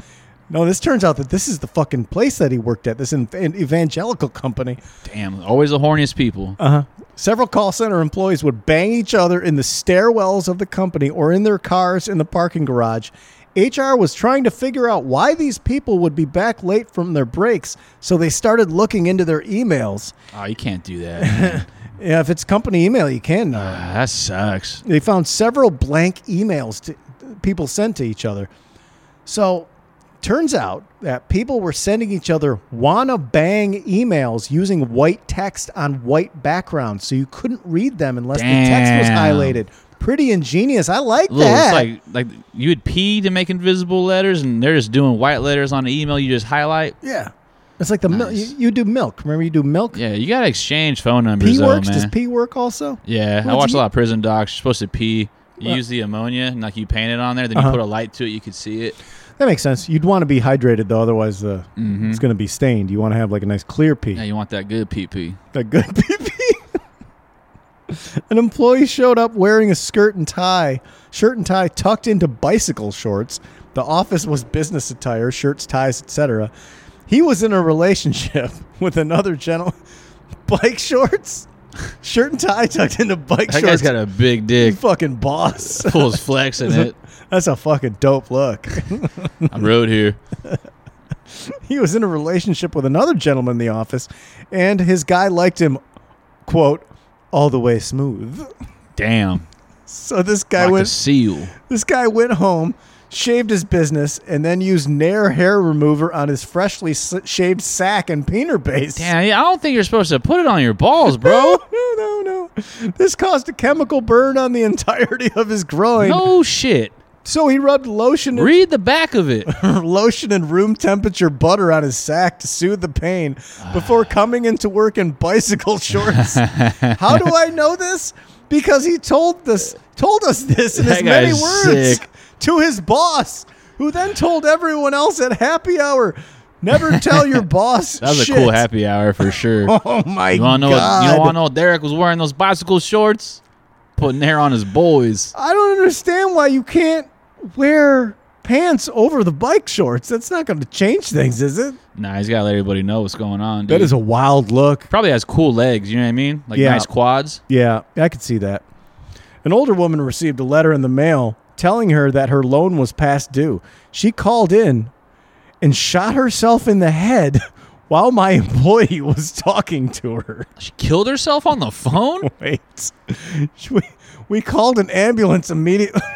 [SPEAKER 1] No, this turns out that this is the fucking place that he worked at. This in, an evangelical company.
[SPEAKER 3] Damn, always the horniest people.
[SPEAKER 1] Uh-huh. Several call center employees would bang each other in the stairwells of the company or in their cars in the parking garage. HR was trying to figure out why these people would be back late from their breaks, so they started looking into their emails.
[SPEAKER 3] oh, you can't do that. man.
[SPEAKER 1] Yeah, if it's company email, you can. uh,
[SPEAKER 3] Ah, that sucks.
[SPEAKER 1] They found several blank emails to, people sent to each other. So, turns out that people were sending each other wanna bang emails using white text on white backgrounds, so you couldn't read them unless the text was
[SPEAKER 3] Damn.
[SPEAKER 1] highlighted. Pretty ingenious. I like
[SPEAKER 3] Look,
[SPEAKER 1] that.
[SPEAKER 3] it's like like you would pee to make invisible letters, and they're just doing white letters on the email. You just highlight.
[SPEAKER 1] yeah, it's like the mil-
[SPEAKER 3] Nice.
[SPEAKER 1] you, you do milk. Remember you do milk.
[SPEAKER 3] Yeah, you gotta exchange phone numbers
[SPEAKER 1] P
[SPEAKER 3] though,
[SPEAKER 1] works. Does
[SPEAKER 3] man.
[SPEAKER 1] P work also?
[SPEAKER 3] yeah, I
[SPEAKER 1] Well,
[SPEAKER 3] watch
[SPEAKER 1] do
[SPEAKER 3] a
[SPEAKER 1] you-
[SPEAKER 3] lot of prison docs. You're supposed to pee. You use the ammonia and like you paint it on there. Then
[SPEAKER 1] Uh-huh.
[SPEAKER 3] you put a light to it. You could see it.
[SPEAKER 1] That makes sense. You'd want to be hydrated though, otherwise the
[SPEAKER 3] Mm-hmm.
[SPEAKER 1] it's going to be stained. You want to have like a nice clear pee.
[SPEAKER 3] Yeah, you want that good pee pee.
[SPEAKER 1] A good PP. An employee showed up wearing a skirt and tie, shirt and tie tucked into bicycle shorts. The office was business attire, shirts, ties, etc. He was in a relationship with another gentleman. Bike shorts, shirt and tie tucked into bike
[SPEAKER 3] That
[SPEAKER 1] shorts.
[SPEAKER 3] guy's got a big dick.
[SPEAKER 1] fucking boss.
[SPEAKER 3] Pulls flex in it.
[SPEAKER 1] That's a fucking dope look.
[SPEAKER 3] I rode here.
[SPEAKER 1] he was in a relationship with another gentleman in the office, and his guy liked him, quote, all the way smooth.
[SPEAKER 3] Damn,
[SPEAKER 1] So this guy
[SPEAKER 3] like a
[SPEAKER 1] went.
[SPEAKER 3] seal.
[SPEAKER 1] This guy went home, shaved his business, and then used Nair hair remover on his freshly s- shaved sack and peener base.
[SPEAKER 3] Damn, yeah, I don't think you're supposed to put it on your balls, bro.
[SPEAKER 1] No, no, no. This caused a chemical burn on the entirety of his groin.
[SPEAKER 3] no shit.
[SPEAKER 1] So he rubbed lotion and,
[SPEAKER 3] Read the back of it.
[SPEAKER 1] lotion and room temperature butter on his sack to soothe the pain before coming into work in bicycle shorts. How do I know this? Because he told this told us this in
[SPEAKER 3] That
[SPEAKER 1] as many
[SPEAKER 3] guy's
[SPEAKER 1] words
[SPEAKER 3] sick.
[SPEAKER 1] to his boss, who then told everyone else at happy hour, "Never tell your boss."
[SPEAKER 3] That was
[SPEAKER 1] shit.
[SPEAKER 3] a cool happy hour for sure.
[SPEAKER 1] Oh my
[SPEAKER 3] You wanna know? What,
[SPEAKER 1] god!
[SPEAKER 3] you don't wanna know? What Derek was wearing those bicycle shorts, putting hair on his boys.
[SPEAKER 1] I don't understand why you can't wear pants over the bike shorts. That's not going to change things, is it?
[SPEAKER 3] Nah, he's gotta let everybody know what's going on. Dude.
[SPEAKER 1] That is a wild look.
[SPEAKER 3] probably has cool legs. You know what I mean? Like
[SPEAKER 1] Yeah.
[SPEAKER 3] nice quads.
[SPEAKER 1] Yeah, I could see that. An older woman received a letter in the mail telling her that her loan was past due. She called in and shot herself in the head while my employee was talking to her.
[SPEAKER 3] She killed herself on the phone.
[SPEAKER 1] Wait. We, we called an ambulance immediately.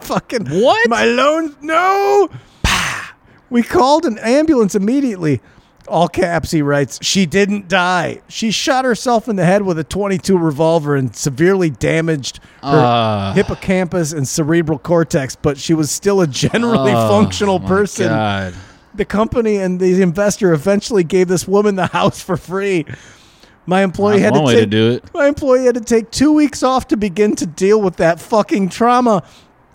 [SPEAKER 1] Fucking.
[SPEAKER 3] What?
[SPEAKER 1] My loan. No! Pah! We called an ambulance immediately. All caps, he writes. She didn't die. She shot herself in the head with a 22 revolver and severely damaged her
[SPEAKER 3] Ah.
[SPEAKER 1] hippocampus and cerebral cortex, but she was still a generally functional
[SPEAKER 3] Oh My
[SPEAKER 1] person.
[SPEAKER 3] God.
[SPEAKER 1] The company and the investor eventually gave this woman the house for free. My employee
[SPEAKER 3] That's
[SPEAKER 1] had
[SPEAKER 3] one
[SPEAKER 1] to
[SPEAKER 3] way
[SPEAKER 1] take,
[SPEAKER 3] to do it.
[SPEAKER 1] My employee had to take two weeks off to begin to deal with that fucking trauma.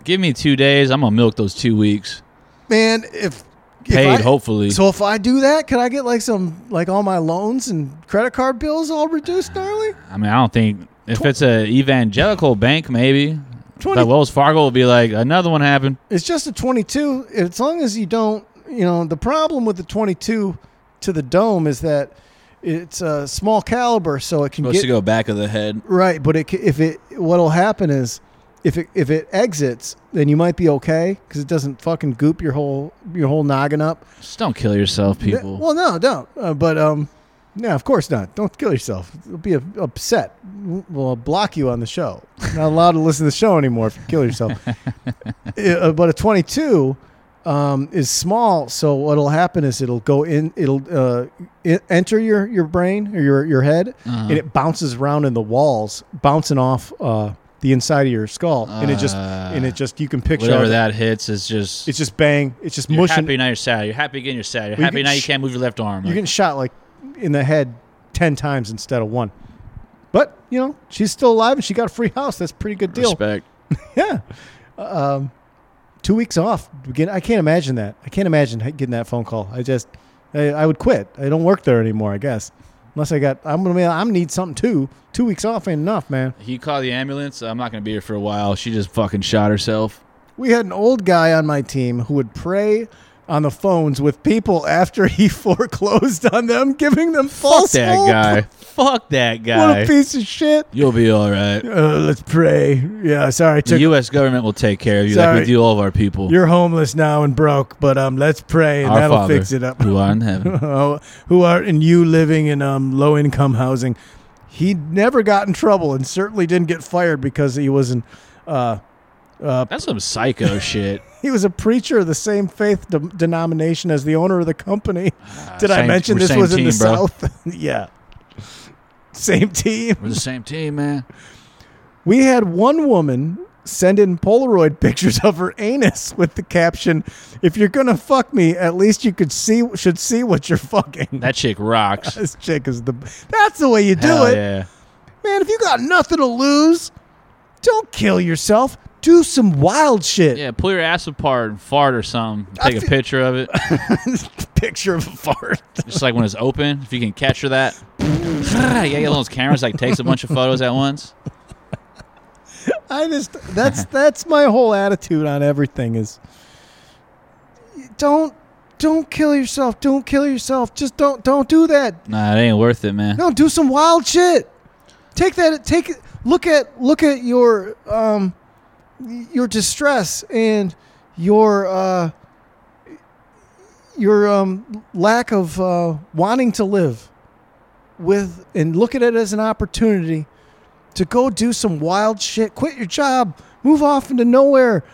[SPEAKER 3] Give me two days. I'm gonna milk those two weeks.
[SPEAKER 1] Man, if if
[SPEAKER 3] Paid,
[SPEAKER 1] I-
[SPEAKER 3] hopefully.
[SPEAKER 1] So if I do that, can I get like some like all my loans and credit card bills all reduced gnarly?
[SPEAKER 3] I mean, I don't think if it's a evangelical bank, maybe.
[SPEAKER 1] 20
[SPEAKER 3] But Wells Fargo will be like, another one happened.
[SPEAKER 1] It's just a 22. As long as you don't, you know, the problem with the 22 to the dome is that it's a small caliber, so it can
[SPEAKER 3] Supposed
[SPEAKER 1] get
[SPEAKER 3] to go back of the head.
[SPEAKER 1] Right, but it, c- if it what'll happen is if it if it exits, then you might be okay because it doesn't fucking goop your whole your whole noggin up.
[SPEAKER 3] Just don't kill yourself,
[SPEAKER 1] Yeah,
[SPEAKER 3] people.
[SPEAKER 1] Well, no, don't. Uh, but um, no, of course not. Don't kill yourself. You'll be u- upset. We'll block you on the show. Not allowed to listen to the show anymore if you kill yourself. Uh, but a twenty-two um, is small, so what'll happen is it'll go in. It'll uh, i enter your
[SPEAKER 3] Uh-huh.
[SPEAKER 1] your brain or your your head, and it bounces around in the walls, bouncing off uh, the inside of your skull, and it just and it just you can picture
[SPEAKER 3] Ah. Whatever
[SPEAKER 1] all the-
[SPEAKER 3] that hits is just.
[SPEAKER 1] It's just bang. It's just
[SPEAKER 3] you're
[SPEAKER 1] mushing.
[SPEAKER 3] happy now you're sad. You're happy again. You're sad. You're
[SPEAKER 1] Well, you
[SPEAKER 3] happy
[SPEAKER 1] can
[SPEAKER 3] now you
[SPEAKER 1] sh-
[SPEAKER 3] can't move your left arm.
[SPEAKER 1] You're
[SPEAKER 3] Like,
[SPEAKER 1] getting shot like in the head ten times instead of one. But you know she's still alive and she got a free house. That's a pretty good deal.
[SPEAKER 3] respect.
[SPEAKER 1] Yeah. Um, two weeks off. Again, I can't imagine that. I can't imagine ha- getting that phone call. I just, I, I would quit. I don't work there anymore. I guess unless I got, I'm gonna, be- I'm need something too. Two weeks off ain't enough, man.
[SPEAKER 3] He called the ambulance. I'm not gonna be here for a while. She just fucking shot herself.
[SPEAKER 1] We had an old guy on my team who would pray on the phones with people after he foreclosed on them, giving them false
[SPEAKER 3] Fuck that
[SPEAKER 1] hope.
[SPEAKER 3] guy. Fuck that
[SPEAKER 1] What
[SPEAKER 3] guy.
[SPEAKER 1] a piece of shit.
[SPEAKER 3] You'll be all right.
[SPEAKER 1] Uh, let's pray. Yeah, sorry, I
[SPEAKER 3] The
[SPEAKER 1] took
[SPEAKER 3] U.S. government will take care of you, like
[SPEAKER 1] Sorry.
[SPEAKER 3] we do all of our people.
[SPEAKER 1] You're homeless now and broke, but um, let's pray and
[SPEAKER 3] our
[SPEAKER 1] that'll
[SPEAKER 3] Father,
[SPEAKER 1] fix it up.
[SPEAKER 3] who art in heaven.
[SPEAKER 1] Oh, who are and you living in um, low income housing. He never got in trouble and certainly didn't get fired because he was an uh,
[SPEAKER 3] That's some psycho shit.
[SPEAKER 1] he was a preacher of the same faith de- denomination as the owner of the company. Did I
[SPEAKER 3] Ah, same-
[SPEAKER 1] mention
[SPEAKER 3] we're
[SPEAKER 1] this
[SPEAKER 3] same
[SPEAKER 1] was in
[SPEAKER 3] team,
[SPEAKER 1] the
[SPEAKER 3] bro.
[SPEAKER 1] south? yeah, same team.
[SPEAKER 3] We're the same team, man.
[SPEAKER 1] We had one woman send in Polaroid pictures of her anus with the caption, "If you're gonna fuck me, at least you could see should see what you're fucking."
[SPEAKER 3] That chick rocks.
[SPEAKER 1] this chick is the. That's the way you do
[SPEAKER 3] Hell
[SPEAKER 1] it.
[SPEAKER 3] yeah.
[SPEAKER 1] Man, if you got nothing to lose, don't kill yourself. Do some wild shit.
[SPEAKER 3] Yeah, pull your ass apart and fart or something. Take a
[SPEAKER 1] fe-
[SPEAKER 3] picture of it.
[SPEAKER 1] Picture of a fart.
[SPEAKER 3] Just like when it's open, if you can capture that. yeah, you get those cameras like takes a bunch of photos at once.
[SPEAKER 1] I just that's that's my whole attitude on everything is don't don't kill yourself. Don't kill yourself. Just don't don't do that.
[SPEAKER 3] Nah, it ain't worth it, man.
[SPEAKER 1] No, do some wild shit. Take that take it- look at look at your um your distress and your uh your um lack of uh wanting to live with and look at it as an opportunity to go do some wild shit. Quit your job, move off into nowhere.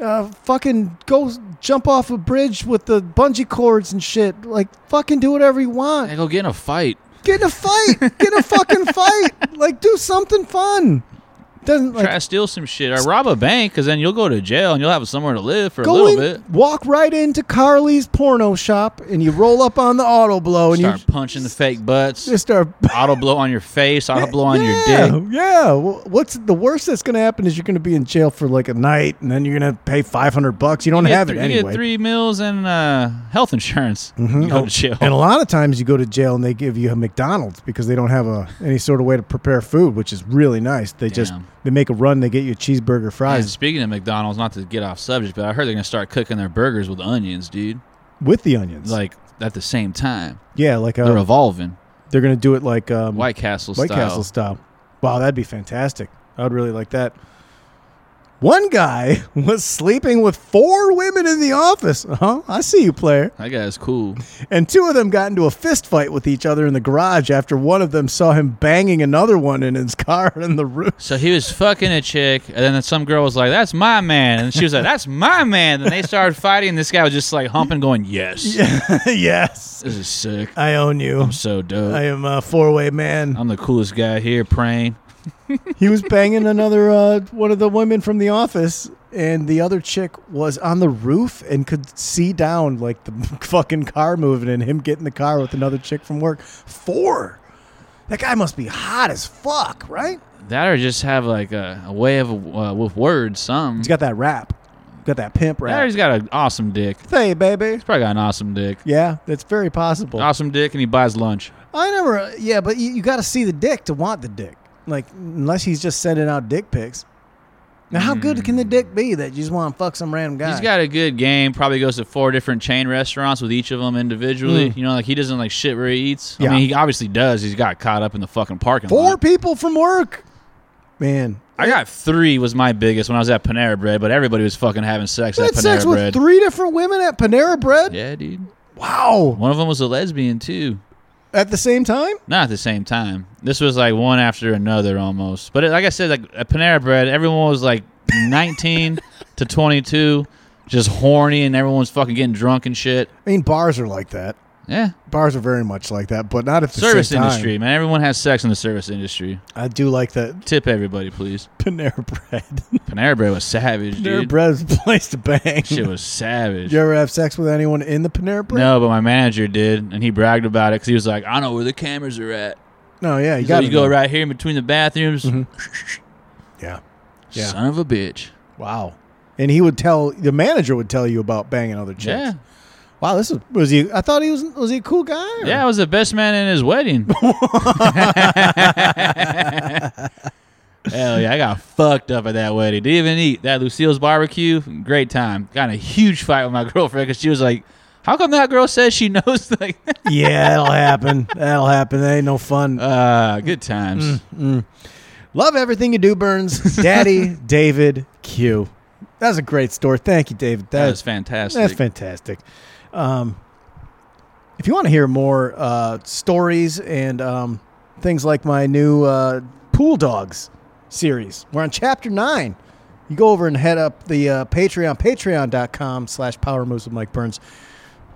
[SPEAKER 1] Uh, fucking go jump off a bridge with the bungee cords and shit. Like, fucking do whatever you want
[SPEAKER 3] Hey, go get in a fight.
[SPEAKER 1] get in a fight get in a fucking fight like do something fun doesn't
[SPEAKER 3] Try to
[SPEAKER 1] like
[SPEAKER 3] steal some shit or rob a bank because then you'll go to jail and you'll have somewhere to live for a
[SPEAKER 1] go
[SPEAKER 3] little
[SPEAKER 1] in
[SPEAKER 3] bit.
[SPEAKER 1] walk right into carly's porno shop and you roll up on the auto blow and
[SPEAKER 3] Start
[SPEAKER 1] you
[SPEAKER 3] punching the fake butts.
[SPEAKER 1] just start
[SPEAKER 3] Auto blow on your face, auto blow on
[SPEAKER 1] yeah,
[SPEAKER 3] your dick.
[SPEAKER 1] yeah Wh- what's the worst that's gonna happen is you're gonna be in jail for like a night and then you're gonna pay 500 bucks you don't
[SPEAKER 3] You get
[SPEAKER 1] have
[SPEAKER 3] three-
[SPEAKER 1] it
[SPEAKER 3] you
[SPEAKER 1] anyway Mm-hmm.
[SPEAKER 3] get three meals and uh, health insurance. You go to jail.
[SPEAKER 1] and a lot of times you go to jail and they give you a McDonald's because they don't have a any sort of way to prepare food, which is really nice. They just
[SPEAKER 3] Damn.
[SPEAKER 1] they make a run, they get you a cheeseburger,
[SPEAKER 3] Man,
[SPEAKER 1] fries,
[SPEAKER 3] speaking of McDonald's, not to get off subject, but I heard they're gonna start cooking their burgers with onions, dude.
[SPEAKER 1] with the onions.
[SPEAKER 3] Like at the same time,
[SPEAKER 1] yeah, like
[SPEAKER 3] they're
[SPEAKER 1] a,
[SPEAKER 3] evolving.
[SPEAKER 1] they're gonna do it like um,
[SPEAKER 3] White Castle
[SPEAKER 1] Oh. White
[SPEAKER 3] style.
[SPEAKER 1] Castle style. Wow, that'd be fantastic. I would really like that. One guy was sleeping with four women in the office. Uh-huh. I see you, player.
[SPEAKER 3] That guy's cool.
[SPEAKER 1] And two of them got into a fist fight with each other in the garage after one of them saw him banging another one in his car in the roof.
[SPEAKER 3] So he was fucking a chick, and then some girl was like, "That's my man," and she was like, "That's my man." And they started fighting. And this guy was just like humping, going, "Yes,
[SPEAKER 1] yes.
[SPEAKER 3] this is sick.
[SPEAKER 1] I own you.
[SPEAKER 3] I'm so dope.
[SPEAKER 1] I am a four way man.
[SPEAKER 3] I'm the coolest guy here." Praying.
[SPEAKER 1] He was banging another uh, one of the women from the office, and the other chick was on the roof and could see down like the fucking car moving and him getting the car with another chick from work. Four. That guy must be hot as fuck, right?
[SPEAKER 3] That or just have like a, a way of uh, with words. Some.
[SPEAKER 1] He's got that rap, got that pimp
[SPEAKER 3] That or
[SPEAKER 1] rap.
[SPEAKER 3] he's got an awesome dick.
[SPEAKER 1] Hey, baby.
[SPEAKER 3] Probably got an awesome dick.
[SPEAKER 1] Yeah, that's very possible.
[SPEAKER 3] Awesome dick, and he buys lunch.
[SPEAKER 1] I never. Yeah, but you, you got to see the dick to want the dick. Like unless he's just sending out dick pics. Now, how good can the dick be that you just want to fuck some random guy?
[SPEAKER 3] Hmm. He's got a good game. Probably goes to four different chain restaurants with each of them individually. You know, like he doesn't like shit where he eats.
[SPEAKER 1] Mm. Yeah.
[SPEAKER 3] I mean, he obviously does. He's got caught up in the fucking parking
[SPEAKER 1] Four
[SPEAKER 3] lot.
[SPEAKER 1] people from work. Man,
[SPEAKER 3] I got three was my biggest when I was at Panera Bread, but everybody was fucking having sex
[SPEAKER 1] I
[SPEAKER 3] at
[SPEAKER 1] had
[SPEAKER 3] Panera
[SPEAKER 1] sex with
[SPEAKER 3] Bread.
[SPEAKER 1] three different women at Panera Bread.
[SPEAKER 3] yeah, dude.
[SPEAKER 1] Wow,
[SPEAKER 3] One of them was a lesbian too.
[SPEAKER 1] at the same time.
[SPEAKER 3] Not at the same time. This was like one after another almost. But it, like I said, like at Panera Bread, everyone was like 19 to 22, just horny, and everyone was fucking getting drunk and shit.
[SPEAKER 1] I mean, bars are like that.
[SPEAKER 3] Yeah,
[SPEAKER 1] Bars are very much like that, but not at the
[SPEAKER 3] service
[SPEAKER 1] same time.
[SPEAKER 3] industry, man. Everyone has sex in the service industry.
[SPEAKER 1] I do like that
[SPEAKER 3] Tip everybody, please.
[SPEAKER 1] Panera Bread.
[SPEAKER 3] Panera Bread was savage,
[SPEAKER 1] Panera
[SPEAKER 3] dude.
[SPEAKER 1] Bread is a place to bang.
[SPEAKER 3] Shit was savage.
[SPEAKER 1] Did you ever have sex with anyone in the Panera Bread?
[SPEAKER 3] No, but my manager did, and he bragged about it because he was like, "I know where the cameras are at.
[SPEAKER 1] No, yeah, you
[SPEAKER 3] You, so
[SPEAKER 1] got
[SPEAKER 3] you go right here in between the bathrooms.
[SPEAKER 1] Yeah, Yeah.
[SPEAKER 3] Son of a bitch.
[SPEAKER 1] wow. And he would tell the manager would tell you about banging other chicks.
[SPEAKER 3] Yeah,
[SPEAKER 1] Wow, this is was he? I thought he was was he a cool guy? or-
[SPEAKER 3] yeah. I was the best man in his wedding. Hell yeah, I got fucked up at that wedding. Didn't even eat that Lucille's barbecue. Great time. Got in a huge fight with my girlfriend because she was like, "How come that girl says she knows?" like,
[SPEAKER 1] yeah, that'll happen. That'll happen. That ain't no fun.
[SPEAKER 3] uh, good times.
[SPEAKER 1] Mm, Love everything you do, Burns. Daddy, David, Q. That was a great story. Thank you, David.
[SPEAKER 3] that was
[SPEAKER 1] That's
[SPEAKER 3] fantastic.
[SPEAKER 1] that's fantastic. Um, if you want to hear more uh, stories and um, things like my new uh, Pool Dogs series, we're on chapter nine. You go over and head up the uh, Patreon, patreon.com slash power moves with Mike Burns.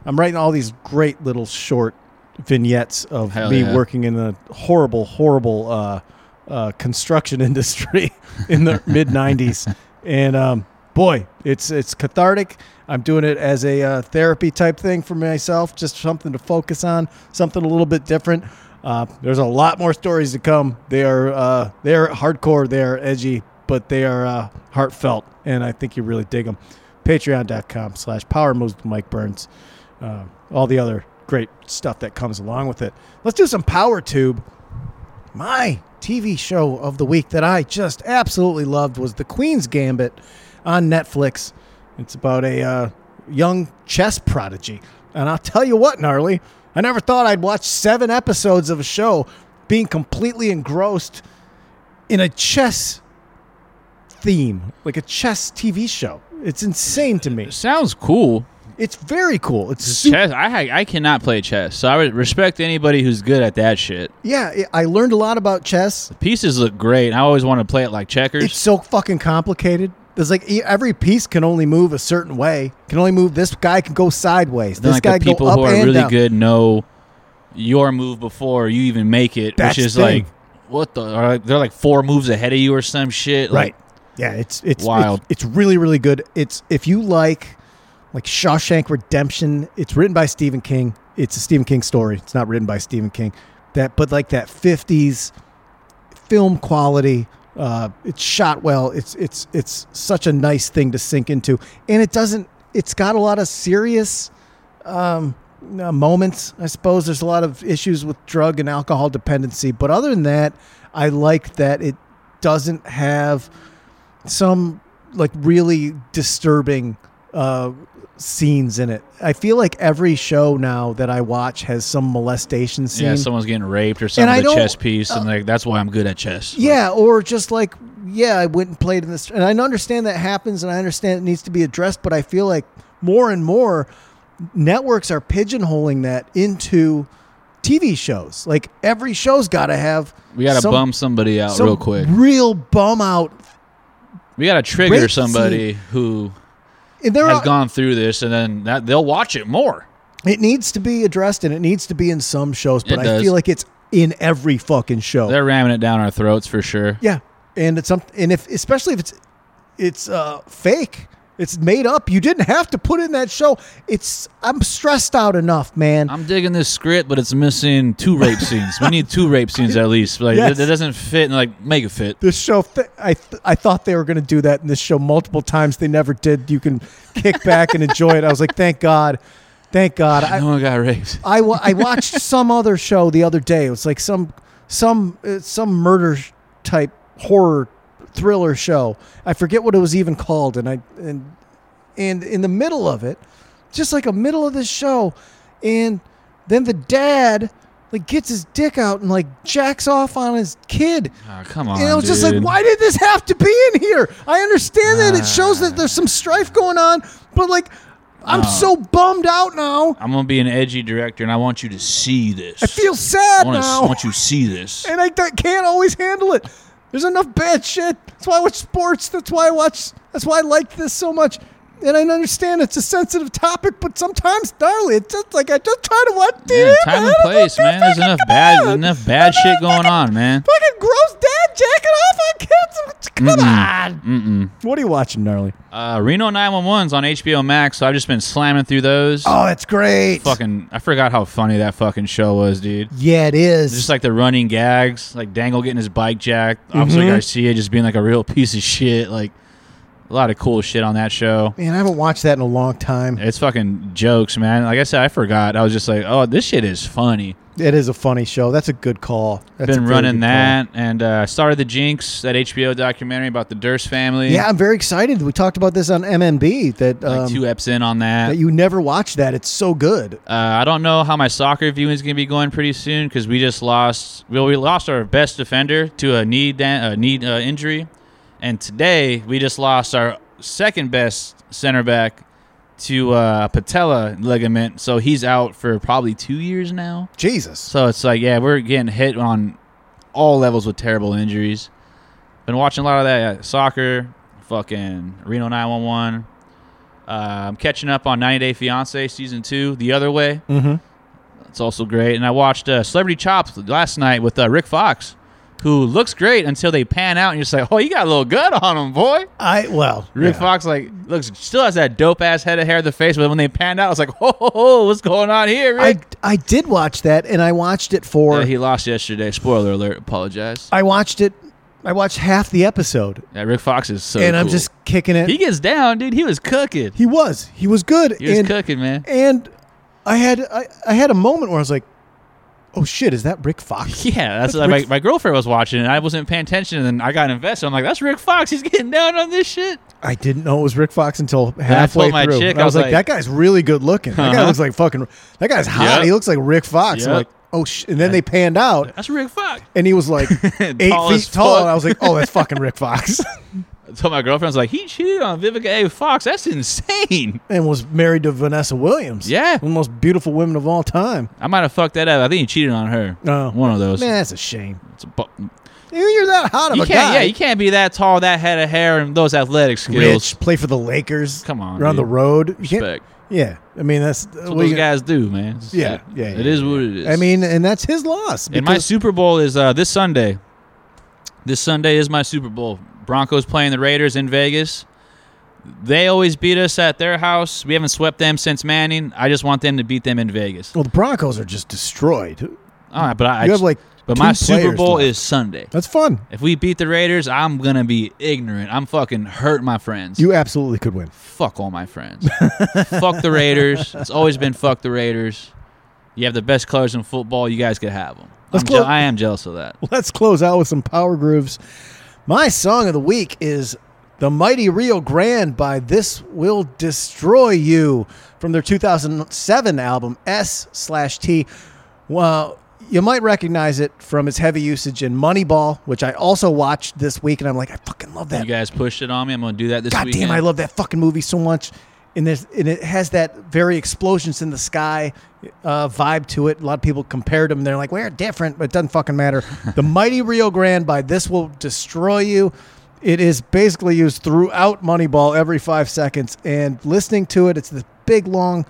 [SPEAKER 1] I'm writing all these great little short vignettes of
[SPEAKER 3] Hell
[SPEAKER 1] me
[SPEAKER 3] yeah.
[SPEAKER 1] working in the horrible, horrible uh, uh, construction industry in the mid '90s, and um, boy, it's it's cathartic. I'm doing it as a uh, therapy type thing for myself, just something to focus on, something a little bit different. Uh, there's a lot more stories to come. They are uh, they are hardcore, they are edgy, but they are uh, heartfelt, and I think you really dig them. Patreon.com slash Power Moves with Mike Burns uh, all the other great stuff that comes along with it. Let's do some Power Tube. My TV show of the week that I just absolutely loved was The Queen's Gambit on Netflix. It's about a uh, young chess prodigy. And I'll tell you what, gnarly, I never thought I'd watch seven episodes of a show being completely engrossed in a chess theme, like a chess TV show. It's insane to me.
[SPEAKER 3] Sounds cool.
[SPEAKER 1] It's very cool. It's super
[SPEAKER 3] Chess. I ha- I cannot play chess, so I would respect anybody who's good at that shit.
[SPEAKER 1] Yeah, it- I learned a lot about chess.
[SPEAKER 3] Pieces look great. and I always want to play it like checkers.
[SPEAKER 1] It's so fucking complicated. There's like e- every piece can only move a certain way. Can only move this guy can go sideways.
[SPEAKER 3] then
[SPEAKER 1] This
[SPEAKER 3] like
[SPEAKER 1] guy
[SPEAKER 3] the
[SPEAKER 1] can go
[SPEAKER 3] people
[SPEAKER 1] up
[SPEAKER 3] who are
[SPEAKER 1] and
[SPEAKER 3] really
[SPEAKER 1] down.
[SPEAKER 3] good know your move before you even make it,
[SPEAKER 1] That's
[SPEAKER 3] which is
[SPEAKER 1] the thing.
[SPEAKER 3] like what the or like, they're like four moves ahead of you or some shit.
[SPEAKER 1] Right.
[SPEAKER 3] Like,
[SPEAKER 1] Yeah, it's it's
[SPEAKER 3] Wild.
[SPEAKER 1] It's, it's really really good. It's if you like like Shawshank Redemption, it's written by Stephen King. It's a Stephen King story. It's not written by Stephen King. That but like that 50s film quality. Uh, it's shot well. It's it's it's such a nice thing to sink into, and it doesn't. It's got a lot of serious um, uh, moments. I suppose there's a lot of issues with drug and alcohol dependency, but other than that, I like that it doesn't have some like really disturbing uh, scenes in it. I feel like every show now that I watch has some molestation scene.
[SPEAKER 3] yeah, someone's getting raped or something
[SPEAKER 1] I
[SPEAKER 3] with a
[SPEAKER 1] don't-
[SPEAKER 3] chess piece, and like that's why I'm good at chess. Like,
[SPEAKER 1] Yeah, or just like, yeah, I went and played in this, and I understand that happens, and I understand it needs to be addressed, but I feel like more and more networks are pigeonholing that into TV shows. Like every show's got to have
[SPEAKER 3] we gotta
[SPEAKER 1] some-
[SPEAKER 3] bum somebody out
[SPEAKER 1] some
[SPEAKER 3] real quick.
[SPEAKER 1] real bum out.
[SPEAKER 3] We gotta trigger
[SPEAKER 1] rape
[SPEAKER 3] somebody who
[SPEAKER 1] And there
[SPEAKER 3] has
[SPEAKER 1] are,
[SPEAKER 3] gone through this, and then that they'll watch it more.
[SPEAKER 1] it needs to be addressed, and it needs to be in some shows, but
[SPEAKER 3] It
[SPEAKER 1] I
[SPEAKER 3] does.
[SPEAKER 1] feel like it's in every fucking show.
[SPEAKER 3] They're ramming it down our throats for sure.
[SPEAKER 1] Yeah, and it's something, and if especially if it's it's uh, fake, it's made up. You didn't have to put in that show. It's I'm stressed out enough, man.
[SPEAKER 3] I'm digging this script, but it's missing two rape scenes. We need two rape scenes at least. Like
[SPEAKER 1] Yes.
[SPEAKER 3] it, doesn't fit. And like make it fit.
[SPEAKER 1] this show, fi- I th- I thought they were going to do that in this show multiple times. They never did. You can kick back and enjoy it. I was like, thank God, thank God. I,
[SPEAKER 3] no one got raped.
[SPEAKER 1] I, wa- I watched some other show the other day. It was like some some uh, some murder sh- type horror thriller show. I forget what it was even called. And I and and in the middle of it, just like a middle of this show, and then the dad like gets his dick out and like jacks off on his kid.
[SPEAKER 3] Oh, come on.
[SPEAKER 1] And I was just like,
[SPEAKER 3] dude.
[SPEAKER 1] why did this have to be in here? I understand that it shows
[SPEAKER 3] Ah.
[SPEAKER 1] that there's some strife going on, but like, I'm so
[SPEAKER 3] Ah.
[SPEAKER 1] bummed out now.
[SPEAKER 3] I'm gonna be an edgy director, and I want you to see this.
[SPEAKER 1] I feel sad
[SPEAKER 3] I want, to,
[SPEAKER 1] now,
[SPEAKER 3] want you to see this.
[SPEAKER 1] and I d- can't always handle it. There's enough bad shit. That's why I watch sports. That's why I watch. That's why I like this so much. And I understand it's a sensitive topic, but sometimes gnarly. It's just like I just try to watch TV.
[SPEAKER 3] Yeah, time and
[SPEAKER 1] I don't
[SPEAKER 3] place,
[SPEAKER 1] feel
[SPEAKER 3] man. There's
[SPEAKER 1] fucking
[SPEAKER 3] enough bad,
[SPEAKER 1] bad.
[SPEAKER 3] enough bad shit going on, man.
[SPEAKER 1] Fucking gross dad jacking off on kids. Come on. What are you watching, gnarly?
[SPEAKER 3] Uh, Reno 911's on HBO Max, so I've just been slamming through those.
[SPEAKER 1] Oh, it's great.
[SPEAKER 3] Fucking, I forgot how funny that fucking show was, dude.
[SPEAKER 1] Yeah, it is.
[SPEAKER 3] Just like the running gags, like Dangle getting his bike jacked, Officer
[SPEAKER 1] Mm-hmm.
[SPEAKER 3] Garcia just being like a real piece of shit, like a lot of cool shit on that show.
[SPEAKER 1] Man, I haven't watched that in a long time.
[SPEAKER 3] It's fucking jokes, man. Like I said, I forgot. I was just like, oh, this shit is funny.
[SPEAKER 1] It is a funny show. That's a good call. That's a
[SPEAKER 3] been
[SPEAKER 1] very
[SPEAKER 3] running
[SPEAKER 1] good
[SPEAKER 3] that and uh, started the Jinx, that HBO documentary about the Durst family.
[SPEAKER 1] call. Yeah, I'm very excited. We talked about this on MNB that
[SPEAKER 3] like
[SPEAKER 1] um,
[SPEAKER 3] two eps in on that.
[SPEAKER 1] that you never watch that. It's so good.
[SPEAKER 3] Uh, I don't know how my soccer viewing is going to be going pretty soon because we just lost. Well, we lost our best defender to a knee dan- a knee uh, injury, and today we just lost our second best center back to uh, patella ligament. So he's out for probably two years now.
[SPEAKER 1] Jesus.
[SPEAKER 3] So it's like, yeah, we're getting hit on all levels with terrible injuries. Been watching a lot of that uh, soccer, fucking Reno 911. Uh, I'm catching up on 90 Day Fiance season two, the other way. Mm-hmm. It's also great. And I watched uh, Celebrity Chops last night with uh, Rick Fox, who looks great until they pan out and you're just like, oh, you got a little gut on him, boy.
[SPEAKER 1] I well,
[SPEAKER 3] Rick
[SPEAKER 1] yeah.
[SPEAKER 3] Fox like looks still has that dope ass head of hair, in the face, but when they panned out, I was like, ho ho ho, what's going on here, Rick?
[SPEAKER 1] I I did watch that, and I watched it for.
[SPEAKER 3] Yeah, he lost yesterday. Spoiler alert. Apologize.
[SPEAKER 1] I watched it. I watched half the episode,
[SPEAKER 3] Yeah, Rick Fox is so.
[SPEAKER 1] and I'm
[SPEAKER 3] cool.
[SPEAKER 1] just kicking it.
[SPEAKER 3] He gets down, dude. He was cooking.
[SPEAKER 1] He was. He was good.
[SPEAKER 3] He was
[SPEAKER 1] and,
[SPEAKER 3] cooking, man.
[SPEAKER 1] and I had I, I had a moment where I was like, "Oh shit, is that Rick Fox?"
[SPEAKER 3] Yeah, that's,
[SPEAKER 1] That's
[SPEAKER 3] what my,
[SPEAKER 1] Rick-
[SPEAKER 3] my girlfriend was watching, and I wasn't paying attention, and then I got invested. I'm like, that's Rick Fox. He's getting down on this shit.
[SPEAKER 1] I didn't know it was Rick Fox until
[SPEAKER 3] I
[SPEAKER 1] halfway
[SPEAKER 3] told my
[SPEAKER 1] through.
[SPEAKER 3] chick,
[SPEAKER 1] And I was like, "That guy's really good looking. That guy
[SPEAKER 3] Uh-huh.
[SPEAKER 1] looks like fucking. That guy's hot.
[SPEAKER 3] Yep.
[SPEAKER 1] He looks like Rick Fox." I'm
[SPEAKER 3] Yep.
[SPEAKER 1] like, "Oh shit!" And then they panned out,
[SPEAKER 3] That's Rick Fox.
[SPEAKER 1] and he was like eight
[SPEAKER 3] Tall
[SPEAKER 1] feet
[SPEAKER 3] as
[SPEAKER 1] tall,
[SPEAKER 3] fuck.
[SPEAKER 1] and I was like, "Oh, that's fucking Rick Fox,"
[SPEAKER 3] I told my girlfriend, I was like, he cheated on Vivica A. Fox. That's insane.
[SPEAKER 1] and was married to Vanessa Williams.
[SPEAKER 3] Yeah.
[SPEAKER 1] one of the most beautiful women of all time.
[SPEAKER 3] I might have fucked that up. I think he cheated on her.
[SPEAKER 1] Oh.
[SPEAKER 3] One of those.
[SPEAKER 1] Man, that's a shame.
[SPEAKER 3] It's a bu-
[SPEAKER 1] You're that hot of
[SPEAKER 3] you
[SPEAKER 1] a
[SPEAKER 3] can't.
[SPEAKER 1] guy.
[SPEAKER 3] Yeah, you can't be that tall, that head of hair, and those athletic skills.
[SPEAKER 1] Rich, play for the Lakers.
[SPEAKER 3] Come on,
[SPEAKER 1] you're on the
[SPEAKER 3] dude.
[SPEAKER 1] road. You can't-
[SPEAKER 3] Respect.
[SPEAKER 1] Yeah, I mean that's
[SPEAKER 3] That's
[SPEAKER 1] what
[SPEAKER 3] what
[SPEAKER 1] you-
[SPEAKER 3] those guys do, man. It's-
[SPEAKER 1] Yeah, yeah,
[SPEAKER 3] It
[SPEAKER 1] yeah,
[SPEAKER 3] is what it is.
[SPEAKER 1] I mean, and that's his loss.
[SPEAKER 3] And my
[SPEAKER 1] because-
[SPEAKER 3] Super Bowl is uh, this Sunday. This Sunday is my Super Bowl. Broncos playing the Raiders in Vegas. They always beat us at their house. We haven't swept them since Manning. I just want them to beat them in Vegas.
[SPEAKER 1] well, the Broncos are just destroyed.
[SPEAKER 3] All right, but I, I
[SPEAKER 1] You have
[SPEAKER 3] just-
[SPEAKER 1] like
[SPEAKER 3] but
[SPEAKER 1] two
[SPEAKER 3] my Super
[SPEAKER 1] players
[SPEAKER 3] Bowl
[SPEAKER 1] left.
[SPEAKER 3] is Sunday.
[SPEAKER 1] That's fun.
[SPEAKER 3] If we beat the Raiders, I'm gonna be ignorant. I'm fucking hurt my friends.
[SPEAKER 1] You absolutely could win.
[SPEAKER 3] fuck all my friends. fuck the Raiders. It's always been fuck the Raiders. You have the best colors in football. You guys could have them.
[SPEAKER 1] Let's
[SPEAKER 3] I'm je-
[SPEAKER 1] close-
[SPEAKER 3] I am jealous of that.
[SPEAKER 1] Let's close out with some power grooves. My song of the week is "The Mighty Rio Grande" by This Will Destroy You from their 2007 album S slash T. Well, you might recognize it from its heavy usage in Moneyball, which I also watched this week, and I'm like, I fucking love that
[SPEAKER 3] You guys pushed it on me. I'm gonna do that this
[SPEAKER 1] God
[SPEAKER 3] weekend.
[SPEAKER 1] damn, I love that fucking movie so much. And, there's, and it has that very explosions in the sky uh, vibe to it. A lot of people compared them. They're like, we're different, but it doesn't fucking matter. the Mighty Rio Grande by This Will Destroy You. It is basically used throughout Moneyball every five seconds. And listening to it, it's this big, long,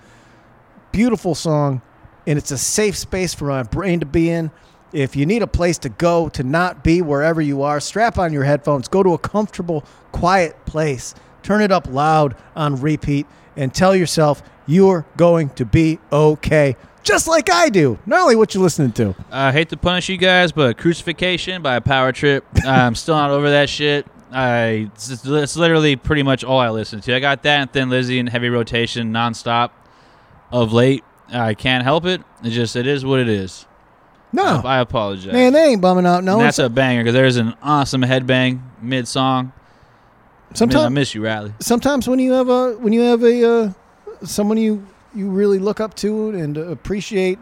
[SPEAKER 1] beautiful song. And it's a safe space for my brain to be in. If you need a place to go to not be wherever you are, strap on your headphones, go to a comfortable, quiet place, turn it up loud on repeat, and tell yourself you're going to be okay, just like I do. Gnarly, what you listening to?
[SPEAKER 3] I hate to punish you guys, but Crucifixion by Power Trip. I'm still not over that shit. I it's, it's- it's literally pretty much all I listen to. I got that and Thin Lizzy and heavy rotation nonstop of late. I can't help it. It just it is what it is.
[SPEAKER 1] No,
[SPEAKER 3] I apologize.
[SPEAKER 1] man, they ain't bumming out. No,
[SPEAKER 3] and that's a banger because there's an awesome headbang mid song. I
[SPEAKER 1] sometimes
[SPEAKER 3] miss you, Riley.
[SPEAKER 1] sometimes when you have a when you have a uh, someone you you really look up to and appreciate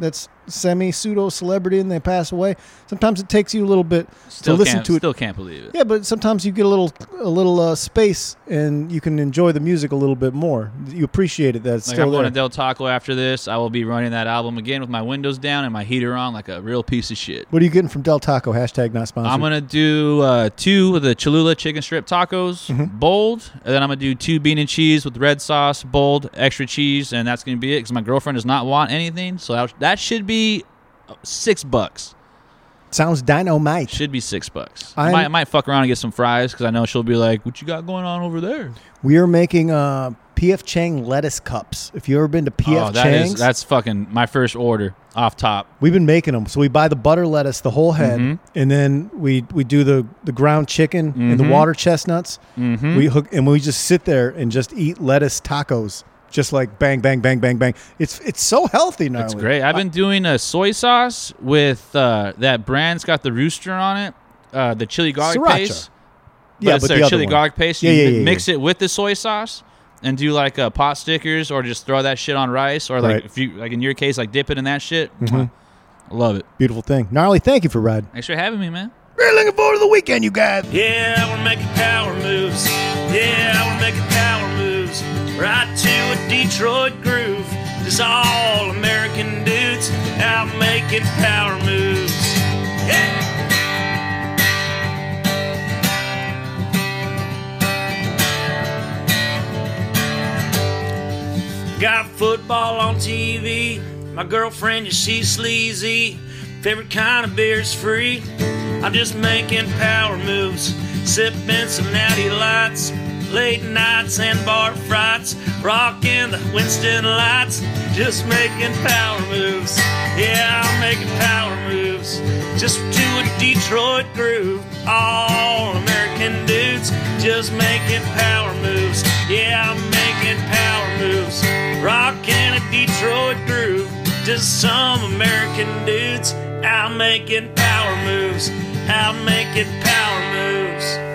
[SPEAKER 1] that's semi pseudo celebrity and they pass away. Sometimes it takes you a little bit
[SPEAKER 3] Still
[SPEAKER 1] to listen
[SPEAKER 3] can't,
[SPEAKER 1] to it.
[SPEAKER 3] Still can't believe it.
[SPEAKER 1] Yeah, but sometimes you get a little a little uh, space and you can enjoy the music a little bit more. You appreciate it that it's
[SPEAKER 3] Like
[SPEAKER 1] still
[SPEAKER 3] I'm
[SPEAKER 1] there.
[SPEAKER 3] going to Del Taco after this. I will be running that album again with my windows down and my heater on, like a real piece of shit.
[SPEAKER 1] what are you getting from Del Taco? Hashtag not sponsored.
[SPEAKER 3] I'm gonna do uh, two of the Cholula chicken strip tacos,
[SPEAKER 1] Mm-hmm.
[SPEAKER 3] bold, and then I'm gonna do two bean and cheese with red sauce, bold, extra cheese, and that's gonna be it because my girlfriend does not want anything. So that, that should be uh, six bucks.
[SPEAKER 1] Sounds dynamite.
[SPEAKER 3] Should be six bucks. I
[SPEAKER 1] I'm-
[SPEAKER 3] might, I might fuck around and get some fries because I know she'll be like, "What you got going on over there?"
[SPEAKER 1] We are making uh, PF Chang lettuce cups. If you ever been to PF
[SPEAKER 3] oh, that is-
[SPEAKER 1] Chang's,
[SPEAKER 3] that's fucking my first order off top.
[SPEAKER 1] we've been making them. So we buy the butter lettuce, the whole head,
[SPEAKER 3] Mm-hmm.
[SPEAKER 1] and then we we do the the ground chicken and the water chestnuts. Mm-hmm. We hook and we just sit there and just eat lettuce tacos, just like bang bang bang bang bang. It's it's so healthy now.
[SPEAKER 3] It's great. I've been doing a soy sauce with uh, that brand's got the rooster on it, uh, the chili garlic
[SPEAKER 1] Sriracha.
[SPEAKER 3] paste.
[SPEAKER 1] Yeah,
[SPEAKER 3] but it's
[SPEAKER 1] but
[SPEAKER 3] their
[SPEAKER 1] the other
[SPEAKER 3] chili
[SPEAKER 1] one.
[SPEAKER 3] garlic paste. You
[SPEAKER 1] Yeah, yeah, yeah,
[SPEAKER 3] mix it with the soy sauce and do like uh, pot stickers, or just throw that shit on rice, or like
[SPEAKER 1] Right. Mm-hmm.
[SPEAKER 3] if you like in your case, like dip it in that shit. I love it.
[SPEAKER 1] Beautiful thing. Gnarly, thank you for riding.
[SPEAKER 3] Thanks for having me, man.
[SPEAKER 1] Really looking forward to the weekend, you guys.
[SPEAKER 2] Yeah, we're making power moves. Yeah, we're making power moves. Right to a Detroit groove. Just all American dudes out making power moves. Yeah. Got football on TV. My girlfriend, yeah, she's sleazy. Favorite kind of beer's free. I'm just making power moves, sipping some natty lights, late nights and bar frights, rocking the Winston lights. Just making power moves. Yeah, I'm making power moves. Just to a Detroit groove. All American dudes just making power moves. Yeah, I'm making power moves. Rocking a Detroit groove. Just some American dudes out making power moves. Out making power moves.